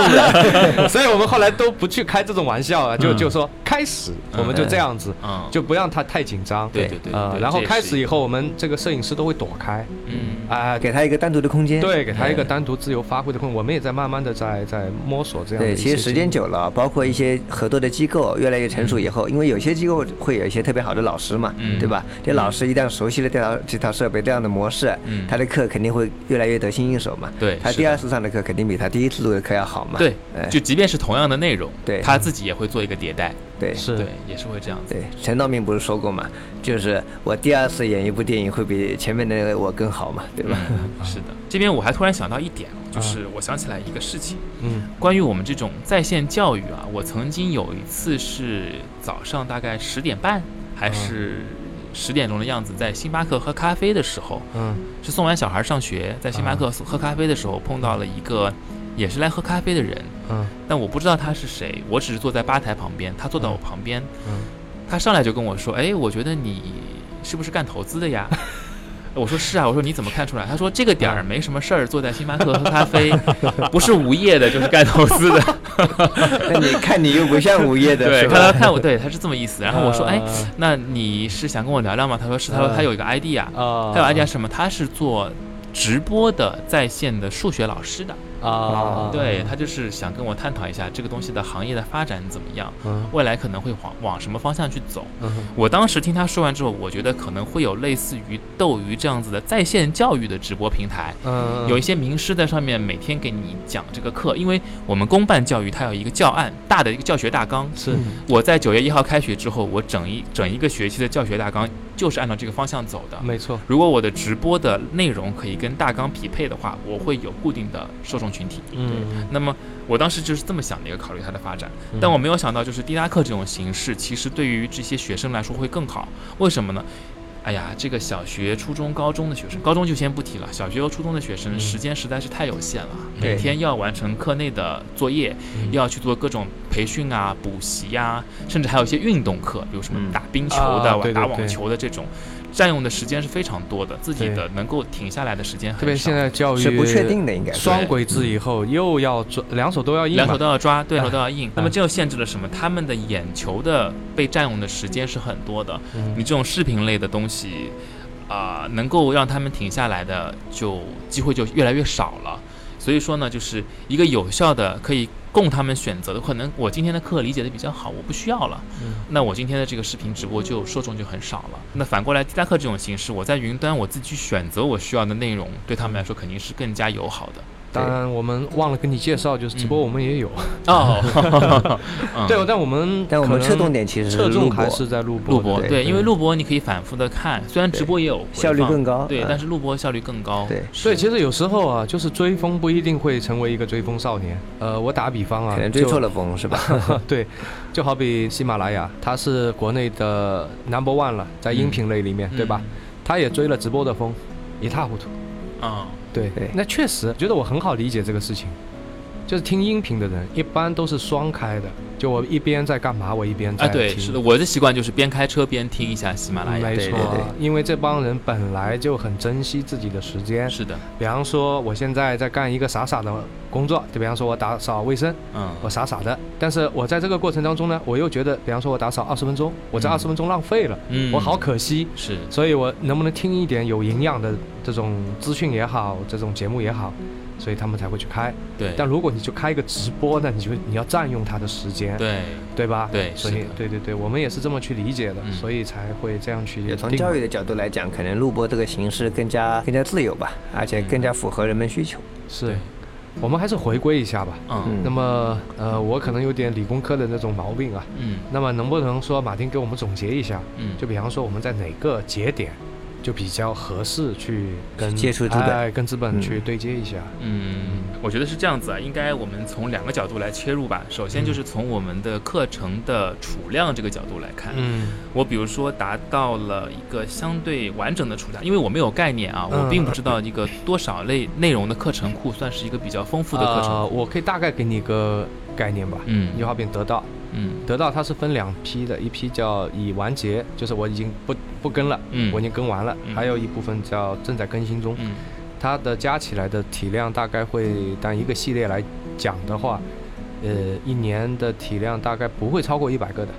[SPEAKER 2] [laughs]
[SPEAKER 3] 了。
[SPEAKER 2] 所以我们后来都不去开这种玩笑啊，就
[SPEAKER 4] 嗯
[SPEAKER 2] 就说开始，
[SPEAKER 4] 嗯
[SPEAKER 2] 我们就这样子，
[SPEAKER 4] 嗯，
[SPEAKER 2] 就不让他太紧张。
[SPEAKER 4] 对对对，
[SPEAKER 2] 呃，
[SPEAKER 4] 对
[SPEAKER 2] 然后
[SPEAKER 4] 这也
[SPEAKER 2] 开
[SPEAKER 4] 是
[SPEAKER 2] 始
[SPEAKER 4] 一
[SPEAKER 2] 以
[SPEAKER 4] 个
[SPEAKER 2] 后，我们这个摄影师都会躲开
[SPEAKER 4] 嗯，
[SPEAKER 2] 啊，
[SPEAKER 3] 给他一个单独的空间。
[SPEAKER 2] 对，给他一个单独自由发挥的空间。我们也在慢慢的在在摸索这样的
[SPEAKER 3] 对，
[SPEAKER 2] 一些
[SPEAKER 3] 其
[SPEAKER 2] 经历。
[SPEAKER 3] 实时间久了，包括一些合作的机构越来越成熟以
[SPEAKER 2] 嗯
[SPEAKER 3] 后，因为有些机构会有一些特别好的老师嘛，
[SPEAKER 4] 嗯
[SPEAKER 3] 对吧？这老师一旦熟悉了这套这套设备、这样的模式，
[SPEAKER 4] 嗯
[SPEAKER 3] 他的课肯定会越来越得心应手嘛。
[SPEAKER 4] 对
[SPEAKER 3] 他
[SPEAKER 4] 是
[SPEAKER 3] 第
[SPEAKER 4] 的
[SPEAKER 3] 二次上的课肯定比他第一次录的课要好嘛。
[SPEAKER 4] 对
[SPEAKER 3] 哎，
[SPEAKER 4] 就即便是同样的内容，
[SPEAKER 3] 对
[SPEAKER 4] 他自己也会做一个迭代，
[SPEAKER 3] 对
[SPEAKER 2] 是
[SPEAKER 4] 对，也是会这样子。
[SPEAKER 3] 对，陈道明不是说过嘛，就是我第二次演一部电影会比前面的我更好嘛，对吧？
[SPEAKER 4] 嗯是的，这边我还突然想到一点，
[SPEAKER 3] 啊
[SPEAKER 4] 就是我想起来一个事情，
[SPEAKER 2] 嗯
[SPEAKER 4] 关于我们这种在线教育啊，我曾经有一次是早上大概十点半还是十点钟的样子，在星巴克喝咖啡的时候，
[SPEAKER 2] 嗯
[SPEAKER 4] 是送完小孩上学，在星巴克喝咖啡的时候碰到了一个也是来喝咖啡的人，
[SPEAKER 2] 嗯
[SPEAKER 4] 但我不知道他是谁，我只是坐在吧台旁边，他坐到我旁边，
[SPEAKER 2] 嗯
[SPEAKER 4] 他上来就跟我说：“哎，我觉得你是不是干投资的呀？” [laughs] 我说：“是啊。”我说：“你怎么看出来？”他说：“这个点儿没什么事儿，坐在星巴克喝咖啡，不是无业的，就是干投资的。
[SPEAKER 3] [laughs] 那你看你又不像
[SPEAKER 2] [laughs]
[SPEAKER 3] 午夜的，
[SPEAKER 4] 对，
[SPEAKER 3] 是
[SPEAKER 4] 看他
[SPEAKER 3] 吧？
[SPEAKER 4] 看我，对，他是这么意思。然后我说：“哎
[SPEAKER 2] 呃，
[SPEAKER 4] 那你是想跟我聊聊吗？”他说：“是。”他说：“他有一个 ID 啊，
[SPEAKER 2] 啊
[SPEAKER 4] 他有 ID 是什么？他是做直播的在线的数学老师的。
[SPEAKER 2] 啊，
[SPEAKER 4] 对他就是想跟我探讨一下这个东西的行业的发展怎么样，
[SPEAKER 2] 嗯
[SPEAKER 4] 未来可能会往往什么方向去走。”
[SPEAKER 2] 嗯
[SPEAKER 4] 我当时听他说完之后，我觉得可能会有类似于斗鱼这样子的在线教育的直播平台，
[SPEAKER 2] 嗯，
[SPEAKER 4] 有一些名师在上面每天给你讲这个课，因为我们公办教育它有一个教案，大的一个教学大纲。
[SPEAKER 2] 是
[SPEAKER 4] 我在九月一号开学之后，我整一整一个学期的教学大纲就是按照这个方向走的。
[SPEAKER 2] 没错，
[SPEAKER 4] 如果我的直播的内容可以跟大纲匹配的话，我会有固定的受众群体。
[SPEAKER 2] 嗯，
[SPEAKER 4] 那么我当时就是这么想的一个考虑它的发展，但我没有想到就是滴答课这种形式，其实对于这些学生来说会更好。为什么呢？哎呀，这个小学、初中、高中的学生，高中就先不提了，小学和初中的学生
[SPEAKER 2] 嗯
[SPEAKER 4] 时间实在是太有限了，
[SPEAKER 3] 对
[SPEAKER 4] 每天要完成课内的作业，
[SPEAKER 2] 嗯
[SPEAKER 4] 要去做各种培训啊、补习啊，甚至还有一些运动课，比如什么
[SPEAKER 3] 嗯
[SPEAKER 4] 打冰球的、
[SPEAKER 2] 啊对对
[SPEAKER 4] 打
[SPEAKER 2] 对
[SPEAKER 4] 网球的这种，占用的时间是非常多的，自己
[SPEAKER 2] 对
[SPEAKER 4] 的能够停下来的时间很少。
[SPEAKER 2] 特别现在教育
[SPEAKER 3] 是不确定的，应该是。
[SPEAKER 2] 双轨制以后又要转两手都要硬
[SPEAKER 4] 嗯两
[SPEAKER 2] 嘛
[SPEAKER 4] 手都要抓，对手都要硬。那么
[SPEAKER 2] 嗯
[SPEAKER 4] 这又限制了什么？他们的眼球的被占用的时间是很多的。
[SPEAKER 2] 嗯
[SPEAKER 4] 你这种视频类的东西，啊、能够让他们停下来的就机会就越来越少了。所以说呢，就是一个有效的可以供他们选择的。可能我今天的课理解的比较好，我不需要了，
[SPEAKER 2] 嗯
[SPEAKER 4] 那我今天的这个视频直播就受众就很少了。那反过来，滴答课这种形式，我在云端我自己去选择我需要的内容，对他们来说肯定是更加友好的。
[SPEAKER 2] 当然，我们忘了跟你介绍，就是直播
[SPEAKER 4] 嗯
[SPEAKER 2] 我们也有，
[SPEAKER 4] 哦， [laughs]
[SPEAKER 2] [laughs]
[SPEAKER 4] 嗯
[SPEAKER 2] 对，但我们
[SPEAKER 3] 但我们
[SPEAKER 2] 可能
[SPEAKER 3] 侧重点其实是
[SPEAKER 2] 侧
[SPEAKER 3] 录
[SPEAKER 2] 重
[SPEAKER 3] 播
[SPEAKER 2] 还，是在录播
[SPEAKER 4] 录播
[SPEAKER 2] 的
[SPEAKER 4] 对，
[SPEAKER 3] 对
[SPEAKER 4] 因为录播你可以反复的看，虽然直播也有回放
[SPEAKER 3] 效率更高。
[SPEAKER 4] 对，
[SPEAKER 3] 嗯
[SPEAKER 4] 但是录播效率更高。
[SPEAKER 3] 对
[SPEAKER 4] 是
[SPEAKER 2] 所以其实有时候啊，就是追风不一定会成为一个追风少年。呃，我打比方啊，
[SPEAKER 3] 可能追
[SPEAKER 2] 就
[SPEAKER 3] 错了风是吧？
[SPEAKER 2] 对，就 [laughs] 好比喜马拉雅，它是国内的 number one 了，
[SPEAKER 4] 嗯
[SPEAKER 2] 在音频类里面，对吧？？它也追了直播的风，一塌糊涂。
[SPEAKER 4] 嗯，
[SPEAKER 2] 对，
[SPEAKER 3] 对
[SPEAKER 2] 那确实觉得我很好理解这个事情，就是听音频的人一般都是双开的，就我一边在干嘛，我一边在
[SPEAKER 4] 啊，
[SPEAKER 2] 听。嗯
[SPEAKER 4] 对，是的，我的习惯就是边开车边听一下喜马拉雅。
[SPEAKER 2] 没
[SPEAKER 3] 对
[SPEAKER 2] 错
[SPEAKER 3] 对对，
[SPEAKER 2] 因为这帮人本来就很珍惜自己的时间。
[SPEAKER 4] 是的，
[SPEAKER 2] 比方说，我现在在干一个傻傻的工作，就比方说我打扫卫生，
[SPEAKER 4] 嗯，
[SPEAKER 2] 我傻傻的。但是我在这个过程当中呢，我又觉得，比方说我打扫二十分钟，我这
[SPEAKER 4] 嗯
[SPEAKER 2] 二十分钟浪费了，
[SPEAKER 4] 嗯
[SPEAKER 2] 我好可惜。
[SPEAKER 4] 是，
[SPEAKER 2] 所以我能不能听一点有营养的这种资讯也好，这种节目也好，所以他们才会去开。
[SPEAKER 4] 对，
[SPEAKER 2] 但如果你就开一个直播，那你就你要占用他的时间，
[SPEAKER 4] 对，
[SPEAKER 2] 对吧？
[SPEAKER 4] 对
[SPEAKER 2] 所
[SPEAKER 4] 是
[SPEAKER 2] 以
[SPEAKER 4] 的
[SPEAKER 2] 对对对，我们也是这么去理解的，
[SPEAKER 4] 嗯
[SPEAKER 2] 所以才会这样去
[SPEAKER 3] 也从
[SPEAKER 2] 定
[SPEAKER 3] 教
[SPEAKER 2] 嘛
[SPEAKER 3] 育的角度来讲，可能录播这个形式更加更加自由吧，而且更加符合人们需求。
[SPEAKER 2] 是，我们还是回归一下吧。
[SPEAKER 4] 嗯
[SPEAKER 3] 嗯
[SPEAKER 2] 那么呃，我可能有点理工科的那种毛病啊，
[SPEAKER 4] 嗯
[SPEAKER 2] 那么能不能说马丁给我们总结一下？
[SPEAKER 4] 嗯，
[SPEAKER 2] 就比方说我们在哪个节点，就比较合适去跟
[SPEAKER 3] 接触资本
[SPEAKER 2] 哎，跟资本
[SPEAKER 3] 嗯
[SPEAKER 2] 去对接一下。
[SPEAKER 4] 嗯，我觉得是这样子啊，应该我们从两个角度来切入吧。首先
[SPEAKER 2] 嗯
[SPEAKER 4] 就是从我们的课程的储量这个角度来看，
[SPEAKER 2] 嗯
[SPEAKER 4] 我比如说达到了一个相对完整的储量，因为我没有概念啊，我
[SPEAKER 2] 嗯
[SPEAKER 4] 并不知道一个多少类内容的课程库算是一个比较丰富的课程
[SPEAKER 2] 呃，
[SPEAKER 4] 库。
[SPEAKER 2] 我可以大概给你一个概念吧。
[SPEAKER 4] 嗯
[SPEAKER 2] 你就好比得到，
[SPEAKER 4] 嗯
[SPEAKER 2] 得到它是分两批的，一批叫已完结，就是我已经不不跟了，
[SPEAKER 4] 嗯，
[SPEAKER 2] 我已经跟完了，
[SPEAKER 4] 嗯
[SPEAKER 2] 还有一部分叫正在更新中。
[SPEAKER 4] 嗯
[SPEAKER 2] 它的加起来的体量大概会，当一个系列来讲的话，呃，一年的体量大概不会超过一百个的，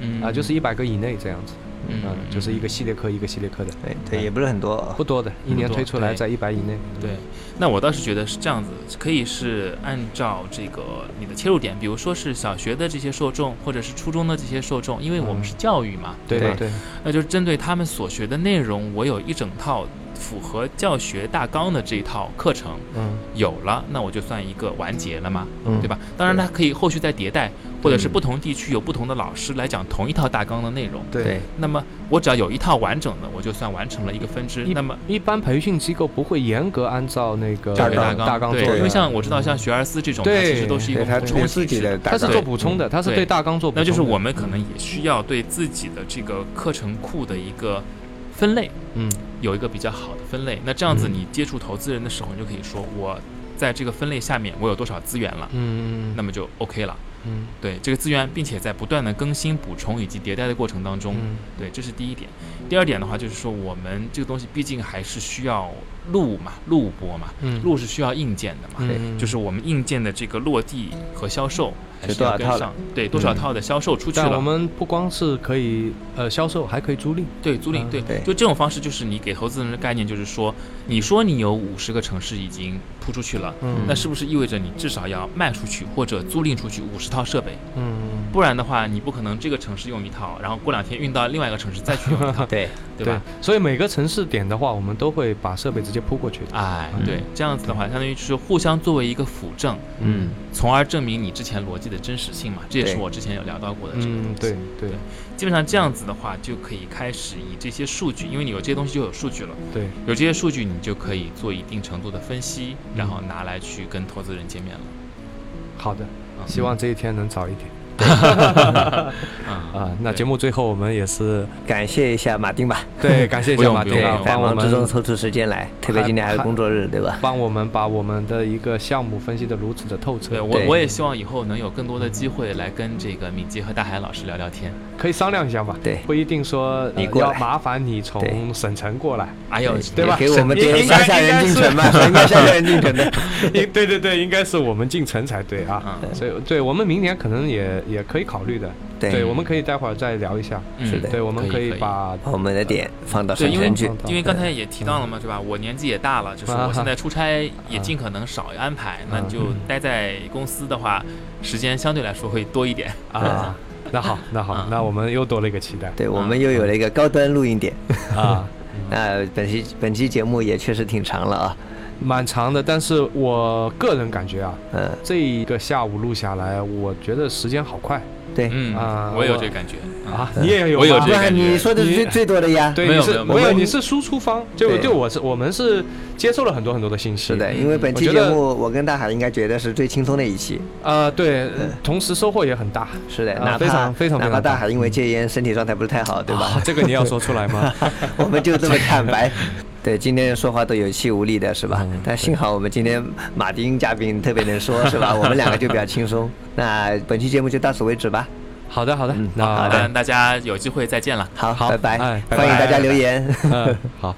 [SPEAKER 4] 嗯
[SPEAKER 2] 啊、就是一百个以内这样子，
[SPEAKER 4] 嗯
[SPEAKER 2] 嗯，就是一个系列课一个系列课的，
[SPEAKER 3] 对对，也不是很多哦。
[SPEAKER 2] 不多的，一年推出来
[SPEAKER 4] 对
[SPEAKER 2] 在一百以内。
[SPEAKER 4] 嗯对，那我倒是觉得是这样子，可以是按照这个你的切入点，比如说是小学的这些受众，或者是初中的这些受众，因为我们
[SPEAKER 2] 嗯
[SPEAKER 4] 是教育嘛，
[SPEAKER 2] 对
[SPEAKER 4] 吧？
[SPEAKER 2] 对对，
[SPEAKER 4] 那就是针对他们所学的内容，我有一整套符合教学大纲的这一套课程
[SPEAKER 2] 嗯
[SPEAKER 4] 有了，那我就算一个完结了嘛，
[SPEAKER 2] 嗯，
[SPEAKER 4] 对
[SPEAKER 2] 吧？
[SPEAKER 4] 吧？当然，它可以后续再迭代，或者是不同地区有不同的老师来讲同一套大纲的内
[SPEAKER 2] 嗯
[SPEAKER 4] 容。
[SPEAKER 3] 对，
[SPEAKER 4] 那么我只要有一套完整的，我就算完成了一个分支。
[SPEAKER 2] 一
[SPEAKER 4] 那么
[SPEAKER 2] 一般培训机构不会严格按照那个
[SPEAKER 4] 教育
[SPEAKER 3] 大
[SPEAKER 4] 纲
[SPEAKER 2] 大纲做
[SPEAKER 4] 对，
[SPEAKER 2] 的，
[SPEAKER 4] 因为像我知道像学而思这种，它
[SPEAKER 2] 对
[SPEAKER 4] 其实都是一个
[SPEAKER 3] 对他
[SPEAKER 4] 补
[SPEAKER 3] 有
[SPEAKER 4] 充
[SPEAKER 3] 自
[SPEAKER 4] 形
[SPEAKER 3] 己
[SPEAKER 4] 式
[SPEAKER 3] 的，大
[SPEAKER 2] 它
[SPEAKER 3] 纲，
[SPEAKER 2] 是做补充的，它是嗯
[SPEAKER 4] 对
[SPEAKER 2] 对大纲做补充
[SPEAKER 4] 那
[SPEAKER 2] 的，
[SPEAKER 4] 就是我们可能也需要对自己的这个课程库的一个分类
[SPEAKER 2] 嗯
[SPEAKER 4] 有一个比较好的分类。那这样子，
[SPEAKER 2] 嗯
[SPEAKER 4] 你接触投资人的时候，你就可以说我在这个分类下面我有多少资源了，
[SPEAKER 2] 嗯，
[SPEAKER 4] 那么就 OK 了。
[SPEAKER 2] 嗯
[SPEAKER 4] 对这个资源，并且在不断的更新、补充以及迭代的过程当中，
[SPEAKER 2] 嗯
[SPEAKER 4] 对，这是第一点。第二点的话，就是说我们这个东西毕竟还是需要录嘛，录播嘛，
[SPEAKER 2] 嗯
[SPEAKER 4] 录是需要硬件的嘛。
[SPEAKER 2] 嗯
[SPEAKER 4] 就是我们硬件的这个落地和销售还
[SPEAKER 3] 就是多
[SPEAKER 4] 要
[SPEAKER 3] 少
[SPEAKER 4] 跟
[SPEAKER 3] 套了嗯
[SPEAKER 4] 上，对多少套的销售出去
[SPEAKER 2] 但
[SPEAKER 4] 了
[SPEAKER 2] 我，们不光是可以呃销售，还可以租赁。
[SPEAKER 4] 对租赁，
[SPEAKER 2] 嗯
[SPEAKER 4] 对
[SPEAKER 3] 对，
[SPEAKER 4] 就这种方式，就是你给投资人的概念，就是说，你说你有五十个城市已经铺出去了，
[SPEAKER 2] 嗯
[SPEAKER 4] 那是不是意味着你至少要卖出去或者租赁出去五十套设备？
[SPEAKER 2] 嗯，
[SPEAKER 4] 不然的话，你不可能这个城市用一套，然后过两天运到另外一个城市再去用一套
[SPEAKER 3] [laughs] 对，
[SPEAKER 4] 对吧？？
[SPEAKER 2] 所以每个城市点的话，我们都会把设备直接铺过去的。
[SPEAKER 4] 哎，
[SPEAKER 3] 嗯
[SPEAKER 4] 对，这样子的话，相当于是互相作为一个辅证，
[SPEAKER 3] 嗯，
[SPEAKER 4] 从而证明你之前逻辑的真实性嘛。这也是
[SPEAKER 3] 对
[SPEAKER 4] 我之前有聊到过的这个东西。
[SPEAKER 2] 嗯，对对
[SPEAKER 4] 基本上这样子的话，就可以开始以这些数据，因为你有这些东西就有数据了，
[SPEAKER 2] 对，
[SPEAKER 4] 有这些数据你就可以做一定程度的分析，
[SPEAKER 2] 嗯
[SPEAKER 4] 然后拿来去跟投资人见面了。
[SPEAKER 2] 好的，
[SPEAKER 4] 嗯
[SPEAKER 2] 希望这一天能早一点
[SPEAKER 4] 啊，
[SPEAKER 2] 啊。那
[SPEAKER 4] 对
[SPEAKER 2] 节目最后我们也是
[SPEAKER 3] 感谢一下马丁吧，
[SPEAKER 2] 对感谢一
[SPEAKER 4] 不
[SPEAKER 2] 下
[SPEAKER 4] 用
[SPEAKER 2] 马
[SPEAKER 4] 不
[SPEAKER 2] 丁
[SPEAKER 4] 用
[SPEAKER 2] 啊
[SPEAKER 4] 不，用
[SPEAKER 2] 帮
[SPEAKER 3] 百
[SPEAKER 2] 我
[SPEAKER 3] 忙之中
[SPEAKER 2] 们
[SPEAKER 3] 抽出时间来，特别今天还是
[SPEAKER 2] 还
[SPEAKER 3] 工作日，对吧？
[SPEAKER 2] 帮我们把我们的一个项目分析的如此的透彻。
[SPEAKER 4] 对我
[SPEAKER 3] 对
[SPEAKER 4] 我也希望以后能有更多的机会来跟这个敏杰和大海老师聊聊天。
[SPEAKER 2] 可以商量一下嘛。
[SPEAKER 3] 对
[SPEAKER 2] 不一定说
[SPEAKER 3] 你
[SPEAKER 2] 呃
[SPEAKER 3] 过
[SPEAKER 2] 要
[SPEAKER 3] 来
[SPEAKER 2] 麻烦你从
[SPEAKER 3] 对
[SPEAKER 2] 省城过来。 [laughs]
[SPEAKER 4] 哎呦，
[SPEAKER 2] 对吧
[SPEAKER 3] 也给我们
[SPEAKER 2] 应
[SPEAKER 3] 点
[SPEAKER 2] 应该
[SPEAKER 3] 乡下
[SPEAKER 2] 应该
[SPEAKER 3] 人进
[SPEAKER 2] 是
[SPEAKER 3] 城吧，乡下
[SPEAKER 2] [laughs]
[SPEAKER 3] 人进城的。
[SPEAKER 2] 应对对对，应该是我们进城才对啊。
[SPEAKER 4] 啊，
[SPEAKER 2] 所以，对我们明年可能也也可以考虑的。
[SPEAKER 3] 对
[SPEAKER 2] 我们可以待会儿再聊一下。
[SPEAKER 4] 嗯
[SPEAKER 3] 是的
[SPEAKER 2] 对，我们
[SPEAKER 4] 可以可以
[SPEAKER 2] 把
[SPEAKER 3] 把我们的点放到
[SPEAKER 4] 对，
[SPEAKER 3] 省
[SPEAKER 4] 因为
[SPEAKER 3] 城
[SPEAKER 2] 嗯
[SPEAKER 3] 去。
[SPEAKER 4] 因为刚才也提到了嘛，是吧？我年纪也大了，就是
[SPEAKER 2] 啊
[SPEAKER 4] 我现在出差也尽可能少安排，那就
[SPEAKER 2] 嗯
[SPEAKER 4] 待在公司的话，时间相对来说会多一点。
[SPEAKER 2] 啊，那好，那好
[SPEAKER 4] 嗯，
[SPEAKER 2] 那我们又多了一个期待
[SPEAKER 3] 啊对我们又有了一个高端录音点。
[SPEAKER 2] 啊，
[SPEAKER 3] 那本期本期节目也确实挺长了啊，
[SPEAKER 2] 蛮长的，但是我个人感觉啊，
[SPEAKER 3] 嗯，
[SPEAKER 2] 这一个下午录下来，我觉得时间好快
[SPEAKER 3] 对
[SPEAKER 4] 嗯
[SPEAKER 2] 啊，
[SPEAKER 4] 我也有
[SPEAKER 2] 我
[SPEAKER 4] 这感觉嗯
[SPEAKER 2] 啊，你也有
[SPEAKER 4] 我有
[SPEAKER 2] 吗
[SPEAKER 4] 这
[SPEAKER 3] 嗯
[SPEAKER 4] 个
[SPEAKER 3] 不
[SPEAKER 4] 感
[SPEAKER 3] 然
[SPEAKER 4] 觉
[SPEAKER 3] 你说的是最
[SPEAKER 2] 你
[SPEAKER 3] 最多的
[SPEAKER 4] [laughs]
[SPEAKER 3] 呀。
[SPEAKER 2] 对，
[SPEAKER 4] 没有
[SPEAKER 2] 你是
[SPEAKER 4] 没有
[SPEAKER 2] 有，
[SPEAKER 3] 没有
[SPEAKER 2] 你是输出方，就
[SPEAKER 3] 对
[SPEAKER 2] 就我是我们是接受了很多很多的信息，
[SPEAKER 3] 是的，因为本
[SPEAKER 2] 嗯
[SPEAKER 3] 期
[SPEAKER 2] 我觉
[SPEAKER 3] 节
[SPEAKER 2] 得
[SPEAKER 3] 目我跟大海应该觉得是最轻松的一期。
[SPEAKER 2] 呃，对，同时收获也很大，
[SPEAKER 3] 是的，
[SPEAKER 2] 啊
[SPEAKER 3] 哪怕
[SPEAKER 2] 非常非常
[SPEAKER 3] 哪
[SPEAKER 2] 非
[SPEAKER 3] 怕
[SPEAKER 2] 常
[SPEAKER 3] 大
[SPEAKER 2] 大
[SPEAKER 3] 海因为戒烟身体状态不是太好，对吧？
[SPEAKER 2] 啊这个你要说出来吗？
[SPEAKER 3] [laughs] 我们就这么坦
[SPEAKER 2] [laughs]
[SPEAKER 3] 白。对，今天说话都有气无力的是吧？
[SPEAKER 2] 嗯
[SPEAKER 3] 但幸好我们今天马丁嘉宾特别能说，
[SPEAKER 2] [laughs]
[SPEAKER 3] 是吧？我们两个就比较轻松。那本期节目就到此为止吧。
[SPEAKER 2] 好的，好的，
[SPEAKER 3] 嗯
[SPEAKER 2] 那
[SPEAKER 4] 好的，大家有机会再见了。
[SPEAKER 3] 好，
[SPEAKER 2] 好
[SPEAKER 3] 拜拜，
[SPEAKER 2] 哎拜
[SPEAKER 3] 欢迎
[SPEAKER 2] 拜
[SPEAKER 3] 大家留言。
[SPEAKER 2] 嗯，好，